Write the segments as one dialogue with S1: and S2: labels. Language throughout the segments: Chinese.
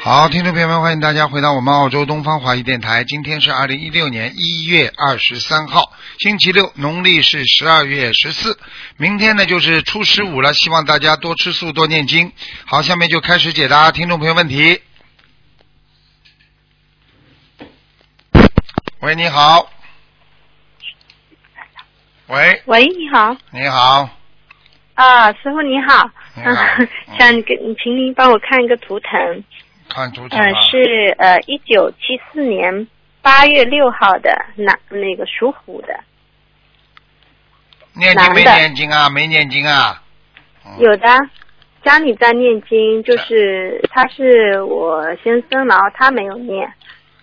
S1: 好，听众朋友们，欢迎大家回到我们澳洲东方华语电台。今天是二零一六年一月二十三号，星期六，农历是十二月十四。明天呢就是初十五了，希望大家多吃素，多念经。好，下面就开始解答听众朋友问题。喂，你好。喂，
S2: 喂，你好，
S1: 哎你 好，
S2: 啊，师傅你好，
S1: 你 好
S2: 啊
S1: 嗯
S2: 想给请您帮我看一个图腾，
S1: 看图腾
S2: 嗯、
S1: 啊。
S2: 是呃一九七四年八月六号的那那个属虎的，
S1: 念经没
S2: 男的
S1: 念经啊？没念经啊？嗯
S2: 有的家里在念经，就是他是我先生，然后他没有念，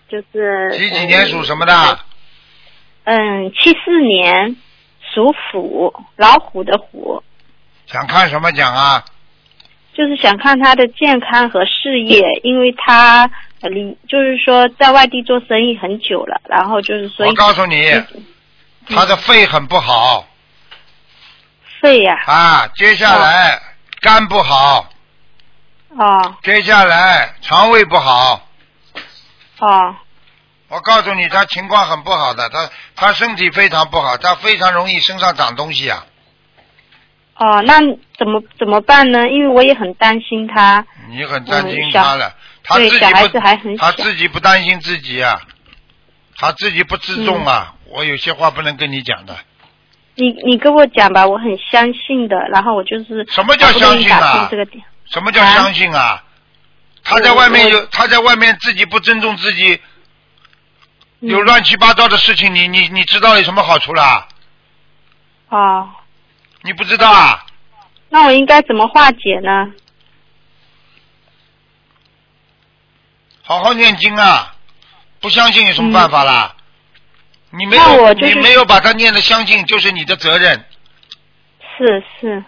S2: 就是
S1: 几几年属什么
S2: 哦
S1: 的？
S2: 嗯，七四年属虎，老虎的虎，
S1: 想看什么讲啊？
S2: 就是想看他的健康和事业，因为他呃离就是说在外地做生意很久了，然后就是所以嗯
S1: 我告诉你，他的肺很不好
S2: 肺呀、
S1: 啊，接下来肝不好，
S2: 哦
S1: 接下来肠胃不好。
S2: 哦
S1: 我告诉你，他情况很不好的，他他身体非常不好，他非常容易身上长东西啊。
S2: 哦，那怎么怎么办呢？因为我也很担心他，
S1: 你很担心
S2: 嗯小
S1: 他了，他
S2: 对
S1: 自己
S2: 小孩
S1: 不
S2: 子还很小
S1: 他，自己不担心自己啊，他自己不自重啊。
S2: 嗯
S1: 我有些话不能跟你讲的。
S2: 你你跟我讲吧，我很相信的，然后我就是
S1: 什么叫
S2: 好不容
S1: 相
S2: 易
S1: 信
S2: 打
S1: 啊
S2: 通这个点，
S1: 什么叫相信啊？他在外面有他在外面自己不尊重自己，
S2: 嗯
S1: 有乱七八糟的事情，你你你知道有什么好处啦？
S2: 哦，
S1: 你不知道啊？
S2: 那我应该怎么化解呢？
S1: 好好念经啊！不相信有什么办法啦？你没
S2: 那
S1: 有
S2: 我就是
S1: 你没有把他念的相信，就是你的责任。
S2: 是是，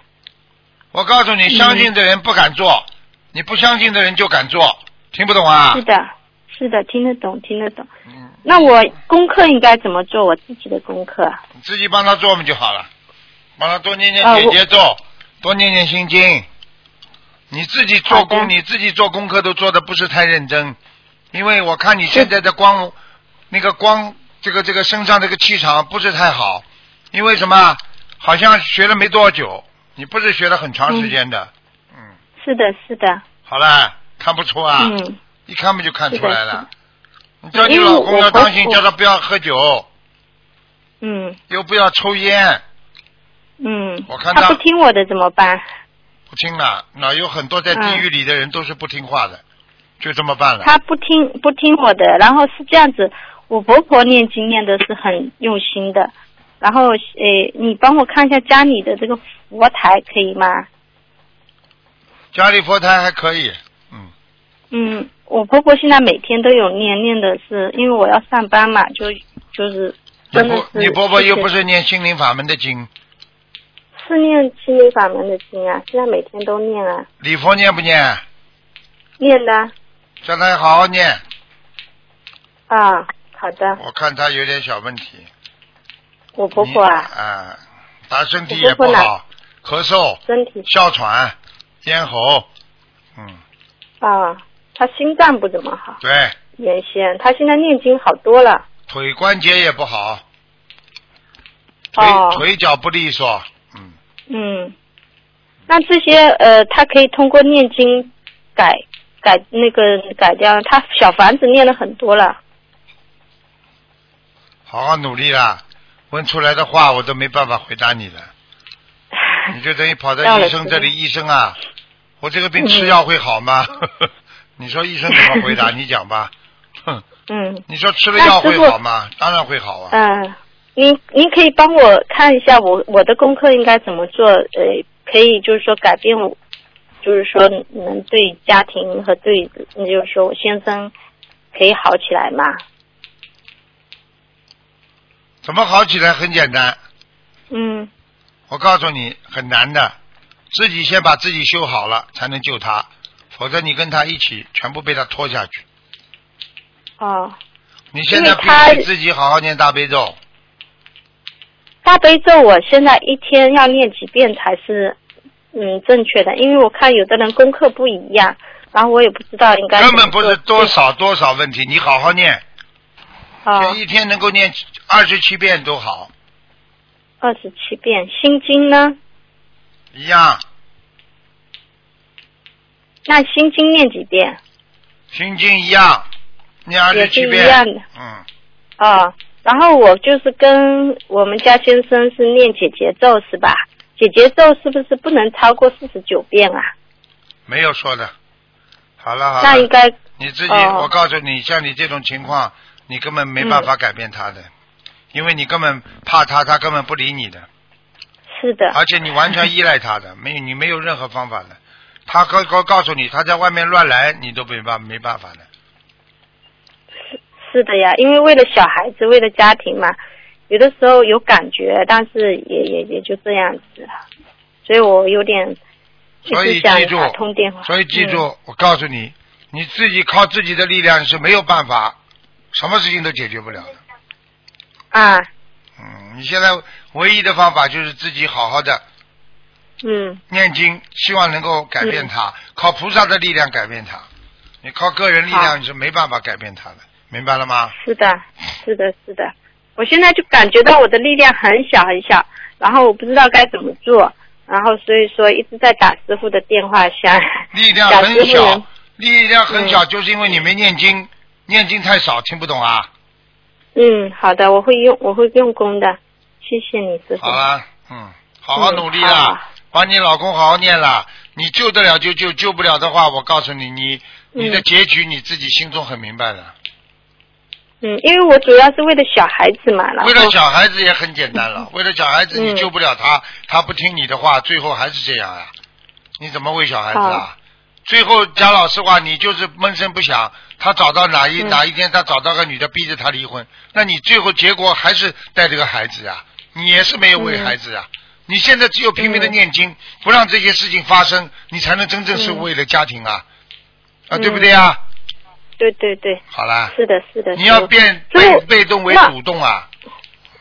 S1: 我告诉你，
S2: 嗯
S1: 相信的人不敢做，你不相信的人就敢做，听不懂啊
S2: 是？的，是的，听得懂，听得懂。
S1: 嗯，
S2: 那我功课应该怎么做？我自己的功课。
S1: 你自己帮他做嘛就好了，帮他多念念
S2: 啊
S1: 姐
S2: 我
S1: 姐咒，多念念心经。你自己做
S2: 好
S1: 功，
S2: 的
S1: 你自己做功课都做的不是太认真，因为我看你现在的光，那个光，这个这个身上这个气场不是太好，因为什么？好像学了没多久，你不是学了很长时间的，嗯，
S2: 是的，是的，
S1: 好了，看不出啊，
S2: 嗯，
S1: 一看不就看出来了。你
S2: 的
S1: 叫你
S2: 因为
S1: 老公
S2: 我
S1: 要
S2: 婆
S1: 当心，
S2: 婆
S1: 叫他不要喝酒，
S2: 嗯
S1: 又不要抽烟，
S2: 嗯。
S1: 我看嗯
S2: 他
S1: 他
S2: 不听我的怎么办？
S1: 不听了，那有很多在地狱里的人都是不听话的，就这么办了。
S2: 嗯他不听不听我的，然后是这样子，我婆婆念经念的是很用心的，然后诶，你帮我看一下家里的这个佛台可以吗？
S1: 家里佛台还可以，嗯，
S2: 嗯，我婆婆现在每天都有念，念的是因为我要上班嘛，就就是
S1: 你
S2: 真的
S1: 婆
S2: 是
S1: 你婆婆又不
S2: 是
S1: 是念心灵法门的经，
S2: 是念心灵法门的经啊，现在每天都念啊，
S1: 礼佛念不念？
S2: 念的啊
S1: 叫她好好念，
S2: 啊，好的，
S1: 我看她有点小问题。
S2: 我婆婆啊，
S1: 你啊，她身体也不
S2: 我婆婆
S1: 好，咳嗽、
S2: 身体
S1: 哮喘、咽喉，嗯，
S2: 啊，她心脏不怎么好，
S1: 对，
S2: 原先她现在念经好多了，
S1: 腿关节也不好，腿、
S2: 哦
S1: 腿脚不利索，嗯，
S2: 嗯，那这些呃，她可以通过念经改改那个改掉，她小房子念了很多了，
S1: 好好努力啦。问出来的话我都没办法回答你了。你就等于跑到医生这里，医生啊，我这个病吃药会好吗？你说医生怎么回答？你讲吧。哼，
S2: 嗯
S1: 你说吃了药会好吗？当然会好啊。
S2: 嗯，您您可以帮我看一下我我的功课应该怎么做？呃，可以就是说改变我，就是说能对家庭和对，就是说我先生可以好起来吗？
S1: 怎么好起来？很简单，
S2: 嗯，
S1: 我告诉你，很难的。自己先把自己修好了，才能救他，否则你跟他一起全部被他拖下去。
S2: 哦，
S1: 你现在
S2: 因为他
S1: 必须自己好好念大悲咒，
S2: 大悲咒我现在一天要念几遍才是嗯正确的，因为我看有的人功课不一样，然后我也不知道应该
S1: 根本不是
S2: 怎么做
S1: 多少多少问题，你好好念，
S2: 啊，
S1: 一天能够念二十七遍都好，
S2: 二十七遍心经呢？
S1: 一样。
S2: 那心经念几遍？
S1: 心经一样，念二十
S2: 也
S1: 七
S2: 是一
S1: 遍。
S2: 样的
S1: 嗯，
S2: 啊。然后我就是跟我们家先生是念姐姐咒是吧？姐姐咒是不是不能超过四十九遍啊？
S1: 没有说的。好了好
S2: 那应
S1: 了，
S2: 该
S1: 你自己，
S2: 哦
S1: 我告诉你，像你这种情况，你根本没办法改变他的，
S2: 嗯
S1: 因为你根本怕他，他根本不理你的，
S2: 是的。
S1: 而且你完全依赖 他的，没有你没有任何方法的。他告告告诉你，他在外面乱来，你都没办没办法的。
S2: 是的呀，因为为了小孩子，为了家庭嘛，有的时候有感觉，但是也也也就这样子了，所以我有点一
S1: 所以
S2: 直想
S1: 记住
S2: 打通电话。
S1: 所以记住，
S2: 嗯
S1: 我告诉你，你自己靠自己的力量是没有办法，什么事情都解决不了的。
S2: 啊，
S1: 嗯，你现在唯一的方法就是自己好好的
S2: 嗯
S1: 念经，希望能够改变他，靠菩萨的力量改变他。你靠个人力
S2: 好
S1: 量你是没办法改变他的，明白了吗？
S2: 是的，是的，是的。我现在就感觉到我的力量很小很小，然后我不知道该怎么做，然后所以说一直在打师傅的电话，想
S1: 力量
S2: 想师
S1: 很
S2: 傅
S1: 小
S2: 能，
S1: 力量很小，就是因为你没念经，念经太少，听不懂啊。
S2: 嗯，好的，我会用我会用功的，谢谢你师傅。
S1: 好啦，嗯，好好
S2: 嗯
S1: 努力
S2: 好
S1: 啦
S2: 啊，
S1: 把你老公好好念啦。你救得了就救，救不了的话，我告诉你，你你的
S2: 嗯
S1: 结局你自己心中很明白的。
S2: 嗯，因为我主要是为了小孩子嘛，然后
S1: 为了小孩子也很简单了，为了小孩子
S2: 嗯
S1: 你救不了他，他不听你的话，最后还是这样啊！你怎么喂小孩子啊
S2: 好？
S1: 最后讲老实话，你就是闷声不响。他找到哪一、
S2: 嗯
S1: 哪一天，他找到个女的逼着他离婚，那你最后结果还是带着个孩子啊，你也是没有为
S2: 嗯
S1: 孩子啊。你现在只有拼命的
S2: 嗯
S1: 念经，不让这些事情发生，你才能真正是
S2: 嗯
S1: 为了家庭啊，啊，
S2: 嗯
S1: 对不对啊？
S2: 对对对，
S1: 好啦，
S2: 是的，是的。
S1: 你要
S2: 是
S1: 变
S2: 所以
S1: 被
S2: 我
S1: 被动为
S2: 那
S1: 主动啊。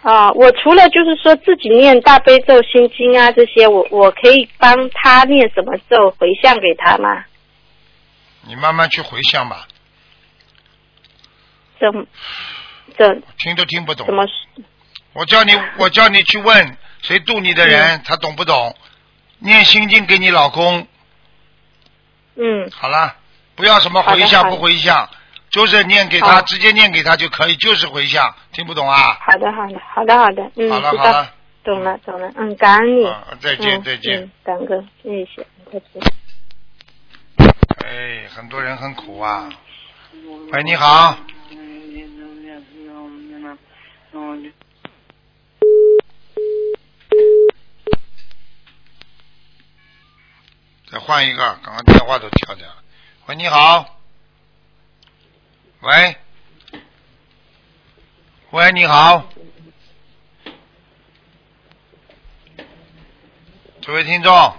S2: 啊、我除了就是说自己念大悲咒、心经啊这些，我我可以帮他念什么咒回向给他吗？
S1: 你慢慢去回想吧，
S2: 怎 怎
S1: 听都听不懂
S2: 怎。么说
S1: 我叫你，我叫你去问谁渡你的人，他懂不懂？念心经给你老公，
S2: 嗯
S1: 好了，不要什么回
S2: 好的好
S1: 向
S2: 的
S1: 不回向，就是念给他，
S2: 好
S1: 直接念给他就可以，就是回向，听不懂啊？
S2: 好的好的好的好的嗯
S1: 好了
S2: 知
S1: 好
S2: 道
S1: 了，
S2: 懂了懂了嗯感恩你、
S1: 嗯，再见
S2: 嗯
S1: 再见
S2: 嗯。感恩谢谢再见
S1: 哎，很多人很苦啊。喂，你好，再换一个，刚刚电话都跳掉了。喂，你好。喂，喂，你好。这位听众，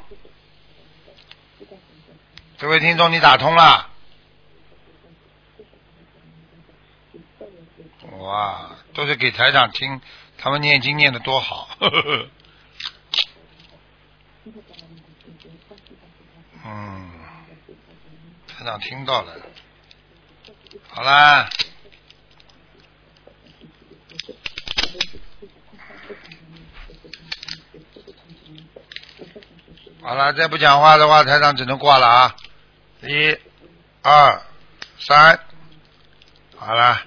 S1: 这位听众，你打通了。哇，都是给台长听，他们念经念的多好。 呵呵呵嗯，台长听到了。好啦。好了，再不讲话的话，台长只能挂了啊！一、二、三，好了，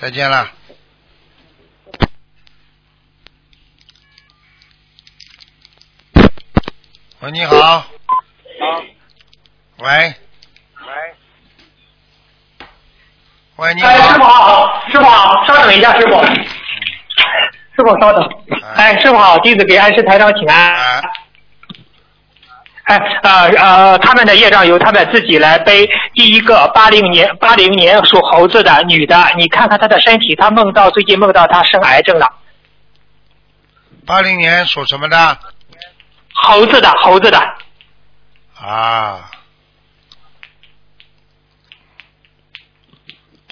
S1: 再见了。喂，你好。
S3: 好，
S1: 喂，
S3: 喂，
S1: 喂，你
S3: 哎，师傅
S1: 好。
S3: 好，师傅好，稍等一下，师傅，师傅稍等。哎，师傅好，弟子给安师台长请安。
S1: 啊，
S3: 哎，呃呃，他们的业障由他们自己来背。第一个，八零年八零年属猴子的女的，你看看她的身体，她梦到最近梦到她生癌症了。
S1: 八零年属什么的？
S3: 猴子的，猴子的，
S1: 啊，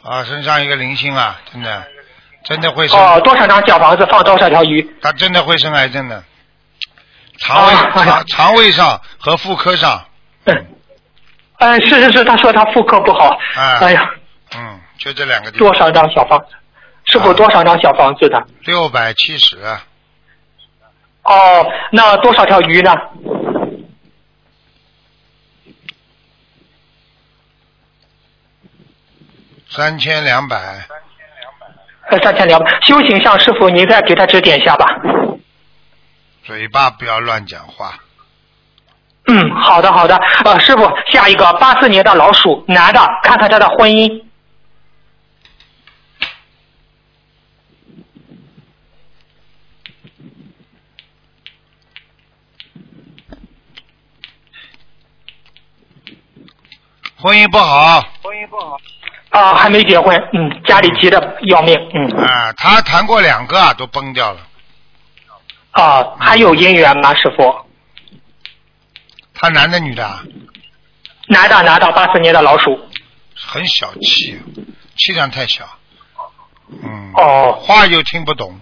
S1: 啊，身上一个灵性啊，真的，真的会生，
S3: 哦，多少张小房子放多少条鱼？
S1: 他真的会生癌症的，肠胃、
S3: 啊
S1: 肠肠胃上和妇科上，
S3: 嗯，嗯，是是是，他说他妇科不好。
S1: 啊
S3: 哎呀，
S1: 嗯，就这两个地方。
S3: 多少张小房？师
S1: 啊
S3: 傅多少张小房子的？
S1: 六百七十，啊
S3: 哦，那多少条鱼呢？
S1: 三千两百。
S3: 呃，三千两百。修行上，师傅您再给他指点一下吧。
S1: 嘴巴不要乱讲话。
S3: 嗯，好的好的。呃，师傅，下一个八四年的老鼠男的，看看他的婚姻。
S1: 婚姻不好
S3: 啊，还没结婚，嗯，家里急得要命，嗯，
S1: 啊，他谈过两个啊，都崩掉了。
S3: 啊，还有姻缘吗，师傅？
S1: 他男的女的啊，
S3: 男的，男的，八四年的老鼠。
S1: 很小气，啊气量太小。嗯。
S3: 哦，
S1: 话又听不懂，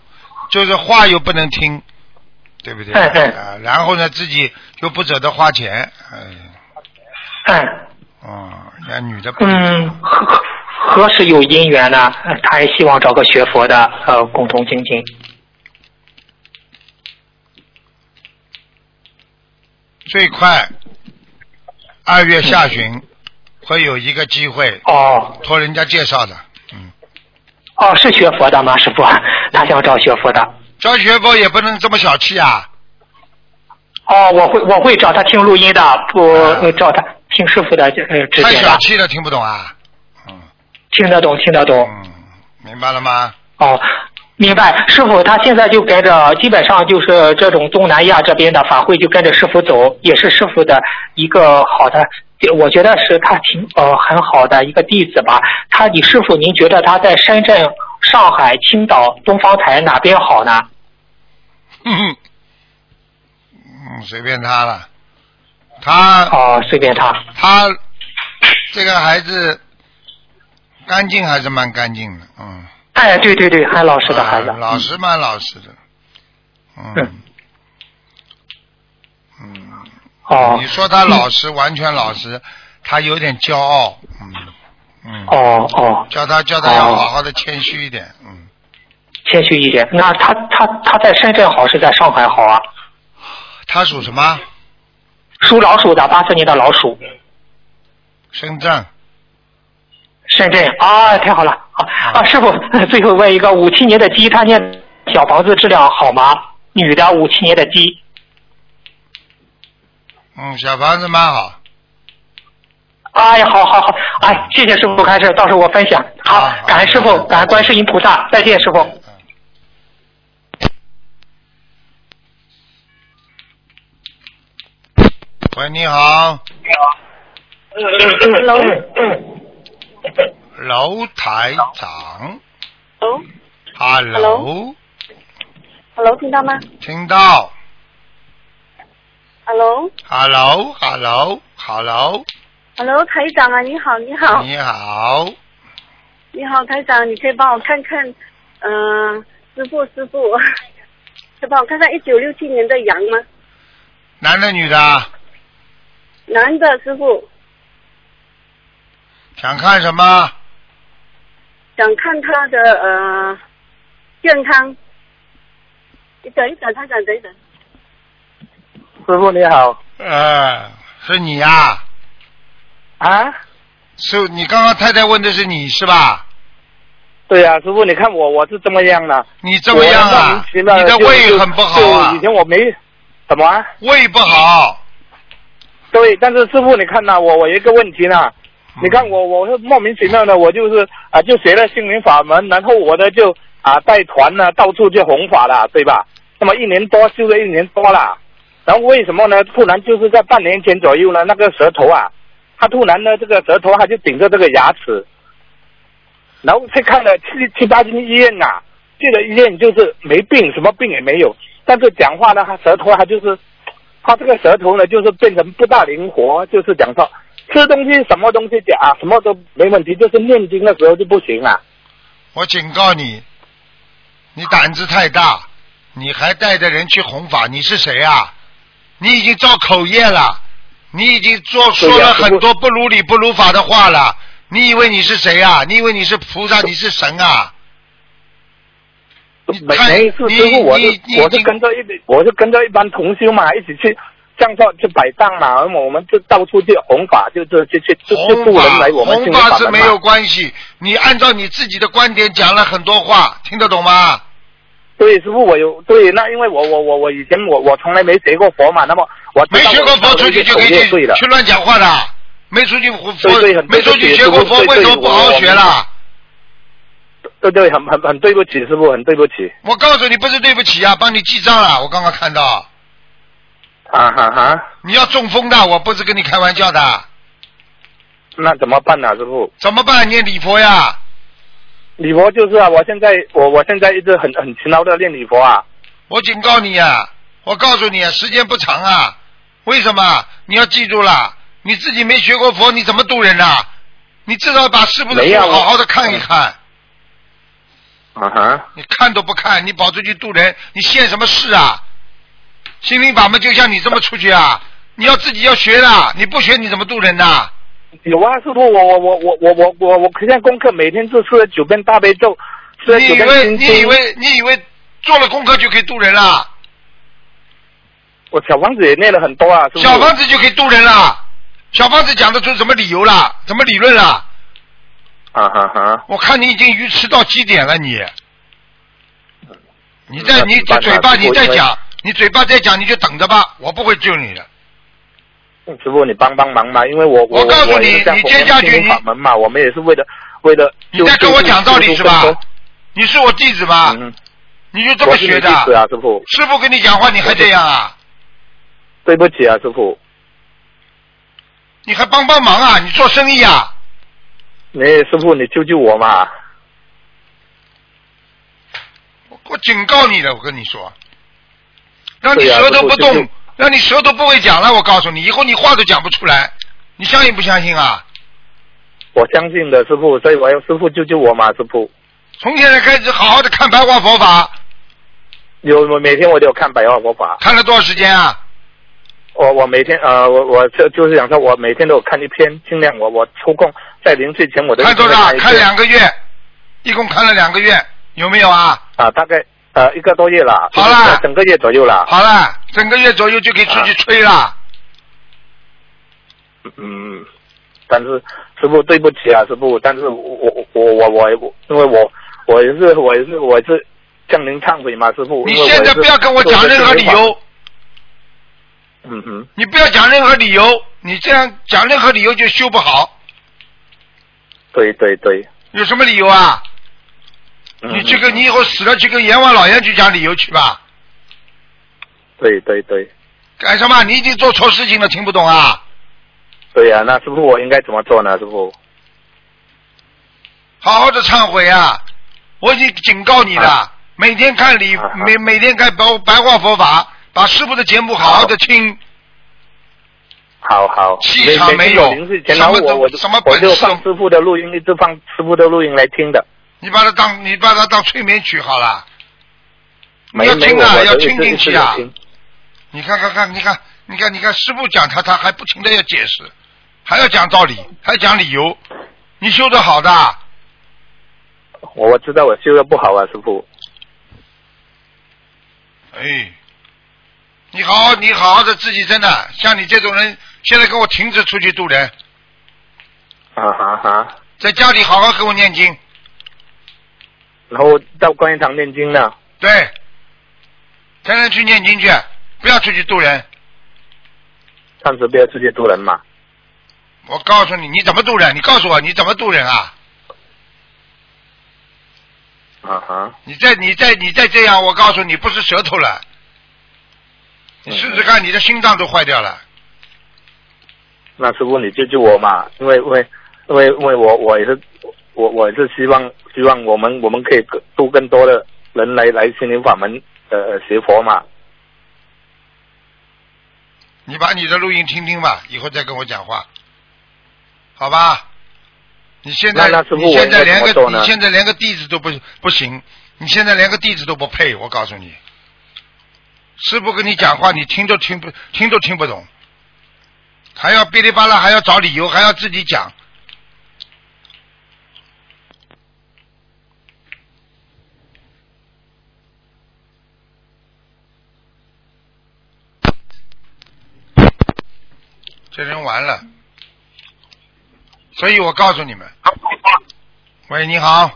S1: 就是话又不能听，对不对？
S3: 哎哎
S1: 啊，然后呢，自己又不舍得花钱，哎，
S3: 嗯
S1: 哦，人家女的不，
S3: 嗯，何何何时有姻缘呢？呃他也希望找个学佛的，呃，共同精进。
S1: 最快二月下旬会有一个机会，
S3: 嗯哦，
S1: 托人家介绍的，嗯，
S3: 哦，是学佛的吗，师傅？ 他想找学佛的。
S1: 教学佛也不能这么小气啊，
S3: 哦，我会我会找他听录音的，不、呃找他听师傅的呃指
S1: 太
S3: 点
S1: 小
S3: 的，
S1: 气了，听不懂啊，嗯
S3: 听得懂听得懂。
S1: 嗯，明白了吗？
S3: 哦，明白，师傅，他现在就跟着，基本上就是这种东南亚这边的法会就跟着师傅走，也是师傅的一个好的，我觉得是他挺呃很好的一个弟子吧。他，你师傅，您觉得他在深圳、上海、青岛、东方台哪边好呢？
S1: 哼哼，嗯，随便他了，他
S3: 哦，随便他。
S1: 他这个孩子干净还是蛮干净的，嗯，
S3: 哎，对对对，很老实的孩子。
S1: 啊老实蛮老实的，嗯
S3: 嗯，
S1: 嗯，
S3: 哦
S1: 你说他老实，完全老实，他有点骄傲，嗯嗯，
S3: 哦哦，
S1: 叫他叫他要
S3: 哦
S1: 好好的谦虚一点，嗯，
S3: 谦虚一点。那他他他在深圳好，是在上海好啊？
S1: 他属什么？
S3: 属老鼠的，八四年的老鼠。
S1: 深圳，
S3: 深圳啊，太好了啊啊！师傅， 最后问一个，五七年的鸡，他念小房子质量好吗？女的，五七年的鸡，
S1: 嗯，小房子蛮好，
S3: 哎呀，好好好，哎，谢谢师傅开示，到时候我分享。好
S1: 啊，
S3: 感恩师
S1: 好
S3: 傅
S1: 好，
S3: 感恩观世音菩萨，再见，师傅。
S1: 嗯。喂，你好，
S2: Hello，
S1: 楼台长。Hello，
S2: Hello，Hello，听到吗
S1: 听到
S2: ？Hello，Hello，
S1: ？Hello，Hello，Hello，
S2: 台长啊，你好，你好，
S1: 你好，
S2: 你好，台长，你可以帮我看看，嗯、师傅，师傅， 可以帮我看看一九六七年的羊吗？
S1: 男的女的？
S2: 男的，师傅，
S1: 想看什么？
S2: 想看他的呃健康。你等一等，台长，等一等。
S3: 师傅你好
S1: 呃，是你呀、
S3: 啊，
S1: 是你刚刚太太问的是你是吧？
S4: 对呀、师傅，你看我我是怎么样的？
S1: 你这么样
S4: 我莫名
S1: 啊？
S4: 其
S1: 你
S4: 妙
S1: 的
S4: 就
S1: 胃很不好
S4: 就
S1: 啊
S4: 以，前我没什么啊、
S1: 胃不好。
S4: 对，但是师傅，你看呐、我我有一个问题呢，你看我
S1: 嗯
S4: 我是莫名其妙的，我就是啊，就学了心灵法门，然后我呢就啊带团呢到处去弘法了，对吧？那么一年多修了一年多了，然后为什么呢？突然就是在半年前左右呢，那个舌头啊，它突然呢这个舌头它啊就顶着这个牙齿，然后去看了七七八间医院呐、去了医院就是没病，什么病也没有，但是讲话呢，它舌头它就是他这个舌头呢，就是变成不大灵活，就是讲说吃东西什么东西讲啊，什么都没问题，就是念经的时候就不行了。
S1: 我警告你，你胆子太大，你还带着人去弘法，你是谁啊？你已经造口业了，你已经做
S4: 对呀
S1: 说了
S4: 不
S1: 很
S4: 过
S1: 多不如理不如法的话了。你以为你是谁啊？你以为你是菩萨？你是神啊？
S4: 没
S1: 看
S4: 没事，
S1: 你
S4: 师傅，我是
S1: 你你
S4: 我是跟着一我是跟着一帮同修嘛，一起去降教去摆档嘛，我们就到处去弘法，就就就去就就
S1: 弘
S4: 渡人
S1: 法
S4: 来我们
S1: 弘
S4: 心灵
S1: 法
S4: 法
S1: 是
S4: 门
S1: 没有
S4: 嘛。
S1: 关系，你按照你自己的观点讲了很多话，听得懂吗？
S4: 对，师傅，我有对，那因为我我我我以前我我从来没学过佛嘛，那么我
S1: 没
S4: 知道
S1: 学过佛，
S4: 我
S1: 出去就可以
S4: 我
S1: 去
S4: 对了。
S1: 去乱讲话的。没出去佛，
S4: 对对很
S1: 没出去学过佛，
S4: 对对对
S1: 为什么不好好学啦？
S4: 对对，很很很对不起，师傅，很对不起。
S1: 我告诉你，不是对不起啊，帮你记账了。我刚刚看到，
S4: 啊哈哈，
S1: 你要中风的，我不是跟你开玩笑的。
S4: 那怎么办呢、师傅？
S1: 怎么办？念礼佛呀！
S4: 礼佛就是啊，我现在我我现在一直很很勤劳的练礼佛啊。
S1: 我警告你呀、我告诉你、啊，时间不长啊。为什么？你要记住了，你自己没学过佛，你怎么度人呐、你至少把师傅的
S4: 没呀
S1: 书
S4: 我
S1: 好好的看一看。
S4: 啊哈，
S1: 你看都不看，你跑出去渡人，你现什么事啊？心灵法门就像你这么出去啊？你要自己要学的，你不学你怎么渡人呐、
S4: 有啊，师傅，我我我我我我我我现在功课每天就吃了九遍大悲咒，吃了
S1: 你
S4: 九
S1: 以
S4: 遍
S1: 为
S4: 心经
S1: 你以为你以为做了功课就可以渡人了？
S4: 我小房子也念了很多啊，师傅。
S1: 小房子就可以渡人了？小房子讲得出什么理由啦？什么理论啦？
S4: 啊哈哈，
S1: 我看你已经愚痴到极点了，你。你再
S4: 那
S1: 你
S4: 怎么办呢
S1: 嘴巴
S4: 如果
S1: 你再
S4: 因为
S1: 讲，你嘴巴再讲，你就等着吧，我不会救你的。
S4: 师傅你帮帮忙嘛，因为我
S1: 我
S4: 我
S1: 告诉
S4: 我
S1: 你
S4: 也是这样
S1: 你接下去
S4: 我们心灵
S1: 你
S4: 法门嘛，我们也是为了为了
S1: 你在跟我讲道理是吧？你是我弟子吧？
S4: 嗯，
S1: 你就这么学的？
S4: 我是你弟子啊，师傅，
S1: 师傅跟你讲话，你还这样啊？
S4: 对不起啊，师傅。
S1: 你还帮帮忙啊？你做生意啊？
S4: 你师傅，你救救我嘛！
S1: 我我警告你了，我跟你说，让你
S4: 对呀
S1: 舌头不
S4: 这是我
S1: 动，让你舌头不会讲了。我告诉你，以后你话都讲不出来，你相信不相信啊？
S4: 我相信的师傅，所以我要师傅救救我嘛，师傅。
S1: 从现在开始，好好的看白话佛法，
S4: 有我每天我都有看百话佛法，
S1: 看了多少时间啊？
S4: 我我每天呃我我就就是想说，我每天都有看一篇，尽量我我抽空在临睡前我都
S1: 看多少？
S4: 一
S1: 看
S4: 篇
S1: 两个月，一共看了两个月，有没有啊？
S4: 啊，大概呃一个多月了，
S1: 好啦
S4: 就是整个月左右了。
S1: 好了，整个月左右就可以
S4: 啊
S1: 出去吹了。
S4: 嗯，但是师傅对不起啊，师傅，但是我我我我我我，因为我我也是我也是我也是向您忏悔嘛，师傅。
S1: 你
S4: 因为
S1: 现在
S4: 也是
S1: 不要跟我讲任何理由。
S4: 嗯哼。
S1: 你不要讲任何理由，你这样讲任何理由就修不好。
S4: 对对对，
S1: 有什么理由啊？
S4: 嗯
S1: 你去跟你以后死了去跟阎王老爷去讲理由去吧？
S4: 对对对
S1: 干什么？你已经做错事情了，听不懂啊？
S4: 对呀、那师傅我应该怎么做呢？师傅，
S1: 好好的忏悔啊！我已经警告你了
S4: 啊，
S1: 每天看理
S4: 啊，啊
S1: 每每天看白白话佛法，把师傅的节目好好的
S4: 啊
S1: 听。
S4: 好好，
S1: 气场没
S4: 没
S1: 有
S4: 临睡前，
S1: 什
S4: 然
S1: 么
S4: 后
S1: 都
S4: 我我就
S1: 什么本
S4: 我
S1: 事
S4: 就放师傅的录音，一直放师傅的录音来听的，
S1: 你把它当你把它当催眠曲好了，
S4: 没
S1: 要
S4: 没
S1: 听
S4: 我
S1: 啊
S4: 我
S1: 要
S4: 就一
S1: 听
S4: 直
S1: 进
S4: 一直
S1: 去啊
S4: 有听
S1: 你看看看，你看你看你看，师傅讲他他还不停的要解释，还要讲道理，还讲理由，你修的好的。
S4: 我我知道我修的不好啊，师傅。
S1: 哎，你好好，你好好的自己真的，像你这种人，现在给我停止出去渡人，
S4: 啊哈哈，
S1: 在家里好好给我念经。
S4: 然后到观音堂念经呢，
S1: 对，天天去念经去，不要出去渡人。
S4: 暂时不要直接渡人嘛。
S1: 我告诉你，你怎么渡人？你告诉我你怎么渡人啊？
S4: 啊哈，
S1: 你再你再你再这样，我告诉你，不是舌头了，你试试
S4: 嗯
S1: 看，你的心脏都坏掉了。
S4: 那师傅你救救我嘛，因为因为因为因为我我也是我我也是希望希望我们我们可以更度更多的人来来心灵法门呃学佛嘛。
S1: 你把你的录音听听吧，以后再跟我讲话，好吧？你现在
S4: 那那师傅
S1: 你现在
S4: 我应该
S1: 连
S4: 怎么做
S1: 个
S4: 呢
S1: 你现在连个弟子都不不行，你现在连个弟子都不配，我告诉你，师傅跟你讲话你听都听不听都听不懂，还要哔哩吧啦，还要找理由，还要自己讲。这人完了，所以我告诉你们。喂，你好，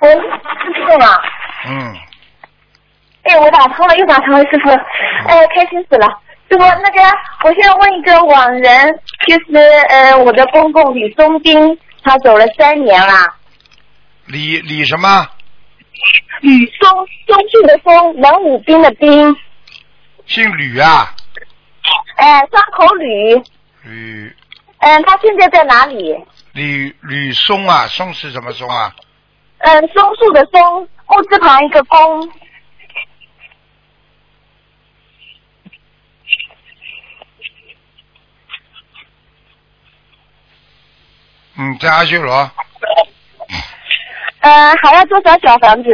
S5: 喂，师傅吗？
S1: 嗯，
S5: 哎，我打通了，又打通了，师傅，哎，开心死了。师傅，那个，我现在问一个网人，就是呃，我的公公李松斌，他走了三年啦。
S1: 李李什么？
S5: 吕松，松树的松，冷武冰的冰，
S1: 姓吕啊？
S5: 哎，双口吕，
S1: 吕
S5: 嗯、他现在在哪里？
S1: 吕吕松啊，松是什么松啊？
S5: 嗯、松树的松，木字旁一个公，
S1: 嗯，在阿修罗，
S5: 嗯、还要多少小房子？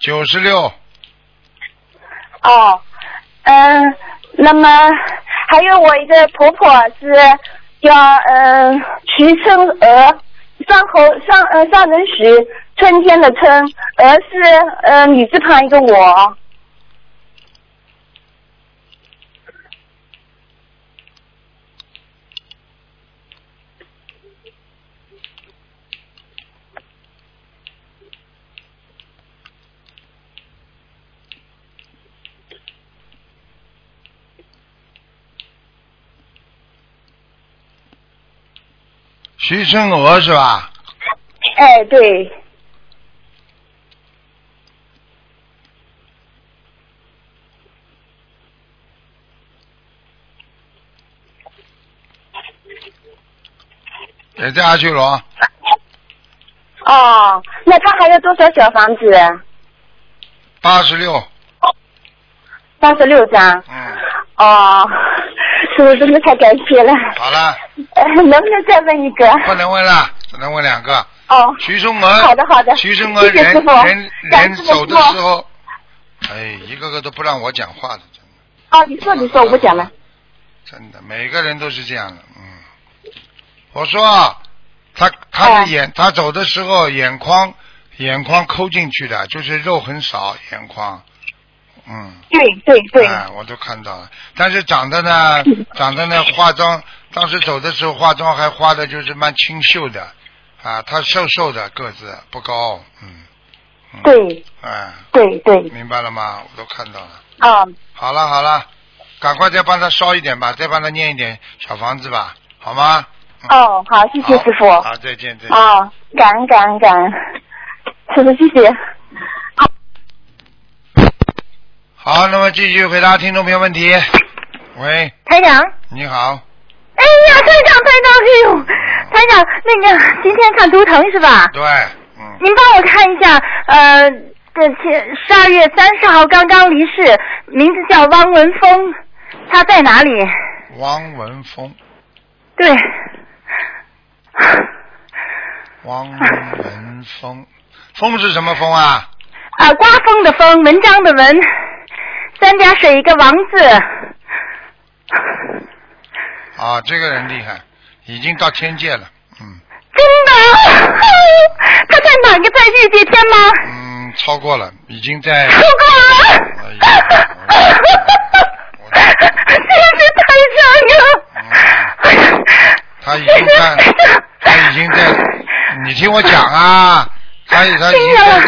S1: 九十六，
S5: 哦，嗯、那么还有我一个婆婆是叫嗯徐春娥，上口上呃上人徐，春天的春，娥是呃女字旁一个我，
S1: 徐春娥是吧？
S5: 哎对，
S1: 也在阿修罗，
S5: 哦，那她还有多少小房子？
S1: 八十六，
S5: 八十六张。
S1: 嗯，
S5: 哦，师傅真的太感谢了，
S1: 好了，
S5: 呃能不能再问一个？
S1: 不能问了，只能问两个。
S5: 哦，
S1: 徐春娥，
S5: 好的好的
S1: 徐春娥
S5: 谢谢
S1: 人
S5: 师傅
S1: 人
S5: 感
S1: 人
S5: 谢师
S1: 走的
S5: 傅
S1: 时候，哎，一个个都不让我讲话的，真的。
S5: 哦，你说你说，我不讲了。
S1: 真的，每个人都是这样的，嗯。我说啊，他他
S5: 哦
S1: 的眼，他走的时候眼眶眼眶抠进去的，就是肉很少，眼眶，嗯，
S5: 对对对，
S1: 哎，我都看到了。但是长得呢， 长得呢，化妆当时走的时候化妆还化的就是蛮清秀的，啊，他瘦瘦的个子不高，嗯，嗯，
S5: 对
S1: 哎，
S5: 对对，
S1: 明白了吗？我都看到了。
S5: 啊、嗯，
S1: 好了好了，赶快再帮他烧一点吧，再帮他念一点小房子吧，好吗？嗯
S5: 哦，好，谢谢
S1: 好
S5: 师傅。
S1: 好，再见再见。
S5: 啊，感恩感恩感恩，师傅谢谢。
S1: 好，那么继续回答听众朋友问题。喂，
S5: 台长，
S1: 你好，
S5: 哎呀，台长台长，哎呦，台长，那个今天看图腾是吧？
S1: 对，嗯，
S5: 您帮我看一下，呃，这前十二月三十号刚刚离世，名字叫汪文峰，他在哪里？
S1: 汪文峰，
S5: 对，呃
S1: 汪文峰，峰是什么峰啊？
S5: 啊，刮风的风，文章的文，三点水一个王字。
S1: 啊，这个人厉害，已经到天界了，嗯
S5: 真的？他在哪个在御界天吗？
S1: 嗯，超过了，已经在
S5: 出国了
S1: 哎呀我 我
S5: 真是太强了！
S1: 他已经在，他已经在，你听我讲啊，他他已经在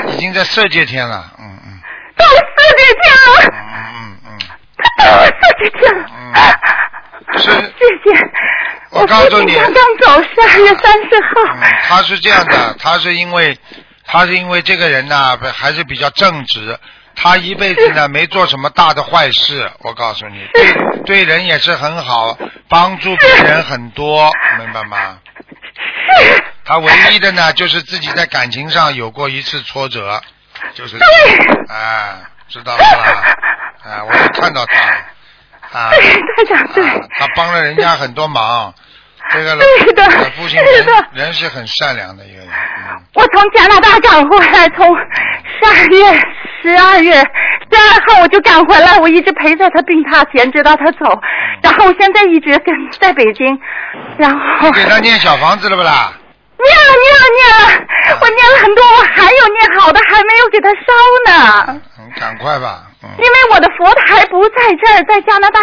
S1: 已经在色界天了，嗯嗯
S5: 到四界天了，
S1: 嗯嗯嗯，
S5: 他到四 界天了。
S6: 啊
S1: 是
S5: 谢谢。
S1: 我告诉你
S5: 父亲刚刚走，十二月三十
S1: 嗯，
S5: 号。
S1: 他是这样的，他是因为他是因为这个人呐、不还是比较正直，他一辈子呢没做什么大的坏事，我告诉你，对对人也是很好，帮助别人很 多，明白吗？
S5: 是，
S1: 他唯一的呢，就是自己在感情上有过一次挫折，就是
S5: 对
S1: 哎，知道了吧？哎，我都看到他了啊，
S5: 对，台长，对，
S1: 啊他帮了人家很多忙。这个
S5: 对的
S1: 嗯老父亲
S5: 是
S1: 人
S5: 的
S1: 人是很善良的一个人，嗯，
S5: 我从加拿大赶回来，从十二月、十二月、十
S6: 十二号我就赶回来，我一直陪在他病榻前，直到他
S1: 嗯
S6: 走。然后我现在一直跟在北京，然后
S1: 你给他念小房子了不啦？
S6: 念了念了念了，我念了很多，我还有念好的还没有给他烧呢，
S1: 嗯，赶快吧，嗯
S6: 因为我的佛台不在这儿，在加拿大。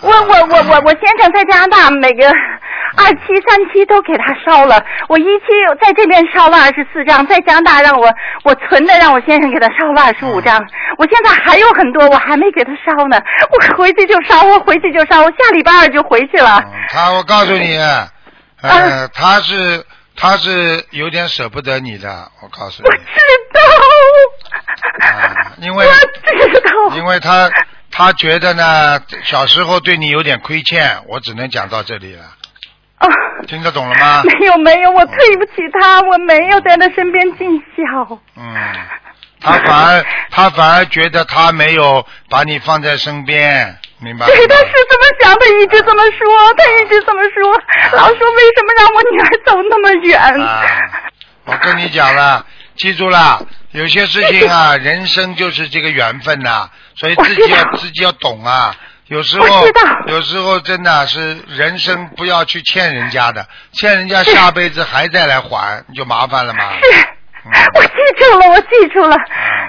S6: 我我我我我先生在加拿大，每个二期三期都给他烧了，我一期在这边烧了二十四张，在加拿大让我我存的让我先生给他烧了二十五张，我现在还有很多我还没给他烧呢，我回去就烧，我回去就烧，我下礼拜二就回去了。
S1: 嗯，他我告诉你，呃，他是他是有点舍不得你的，我告诉
S6: 我
S1: 你，
S6: 知道，
S1: 啊因为
S6: 我知道，
S1: 因为他他觉得呢，小时候对你有点亏欠，我只能讲到这里了，
S6: 啊，
S1: 听得懂了吗？
S6: 没有没有，我对不起他，我没有在他身边尽孝。
S1: 嗯，他反而他反而觉得他没有把你放在身边，明白吗？
S6: 对，他是这么想的，一直这么说，他一直这么说，老说为什么让我女儿走那么远？
S1: 啊，我跟你讲了，记住了，有些事情 啊，人生就是这个缘分呐、所以自己
S6: 我知
S1: 要
S6: 道
S1: 自己要懂啊。有时候
S6: 我知道，
S1: 有时候真的是人生不要去欠人家的，欠人家下辈子还再来还，你就麻烦了嘛。
S6: 是我记住了，我记住了。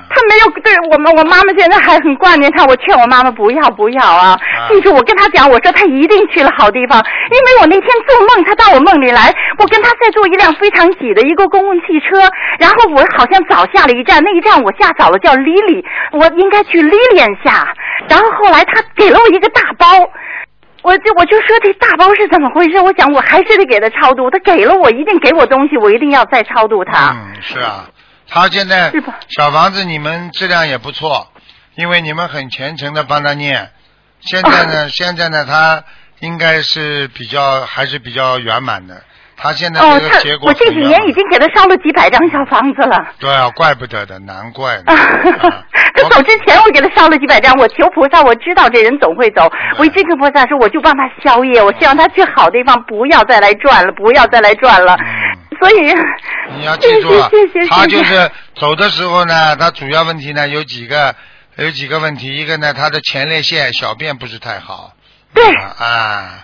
S6: 他没有对我们，我妈妈现在还很挂念他。我劝我妈妈不要不要啊！记住，我跟她讲，我说她一定去了好地方，因为我那天做梦，她到我梦里来，我跟她在坐一辆非常挤的一个公共汽车，然后我好像早下了一站，那一站我下早了，叫 Lily，我应该去 Lilian 下。然后后来她给了我一个大包。我就我就说这大包是怎么回事？我想我还是得给他超度，他给了我一定给我东西，我一定要再超度他。
S1: 嗯，是啊，他现在
S6: 是吧
S1: 小房子你们质量也不错，因为你们很虔诚的帮他念。现在
S6: 啊
S1: 呢，现在呢，他应该是比较还是比较圆满的。他现在
S6: 哦，
S1: 这
S6: 他
S1: 个结果
S6: 我这
S1: 很
S6: 几
S1: 圆
S6: 年
S1: 满
S6: 已经给他烧了几百张小房子了。
S1: 对啊，怪不得的，难怪呢。
S6: 啊
S1: 啊
S6: 他走
S1: 我
S6: 之前，我给他烧了几百张。我求菩萨，我知道这人总会走。
S1: 嗯
S6: 我一直跟菩萨说，我就帮他消业，我希望他去好地方，不要再来转了，不要再来转了。
S1: 嗯
S6: 所以，
S1: 你要记
S6: 谢谢
S1: 住了
S6: 谢谢谢，谢
S1: 他就是走的时候呢，他主要问题呢有几个，有几个问题。一个呢，他的前列腺小便不是太好。
S6: 对
S1: 啊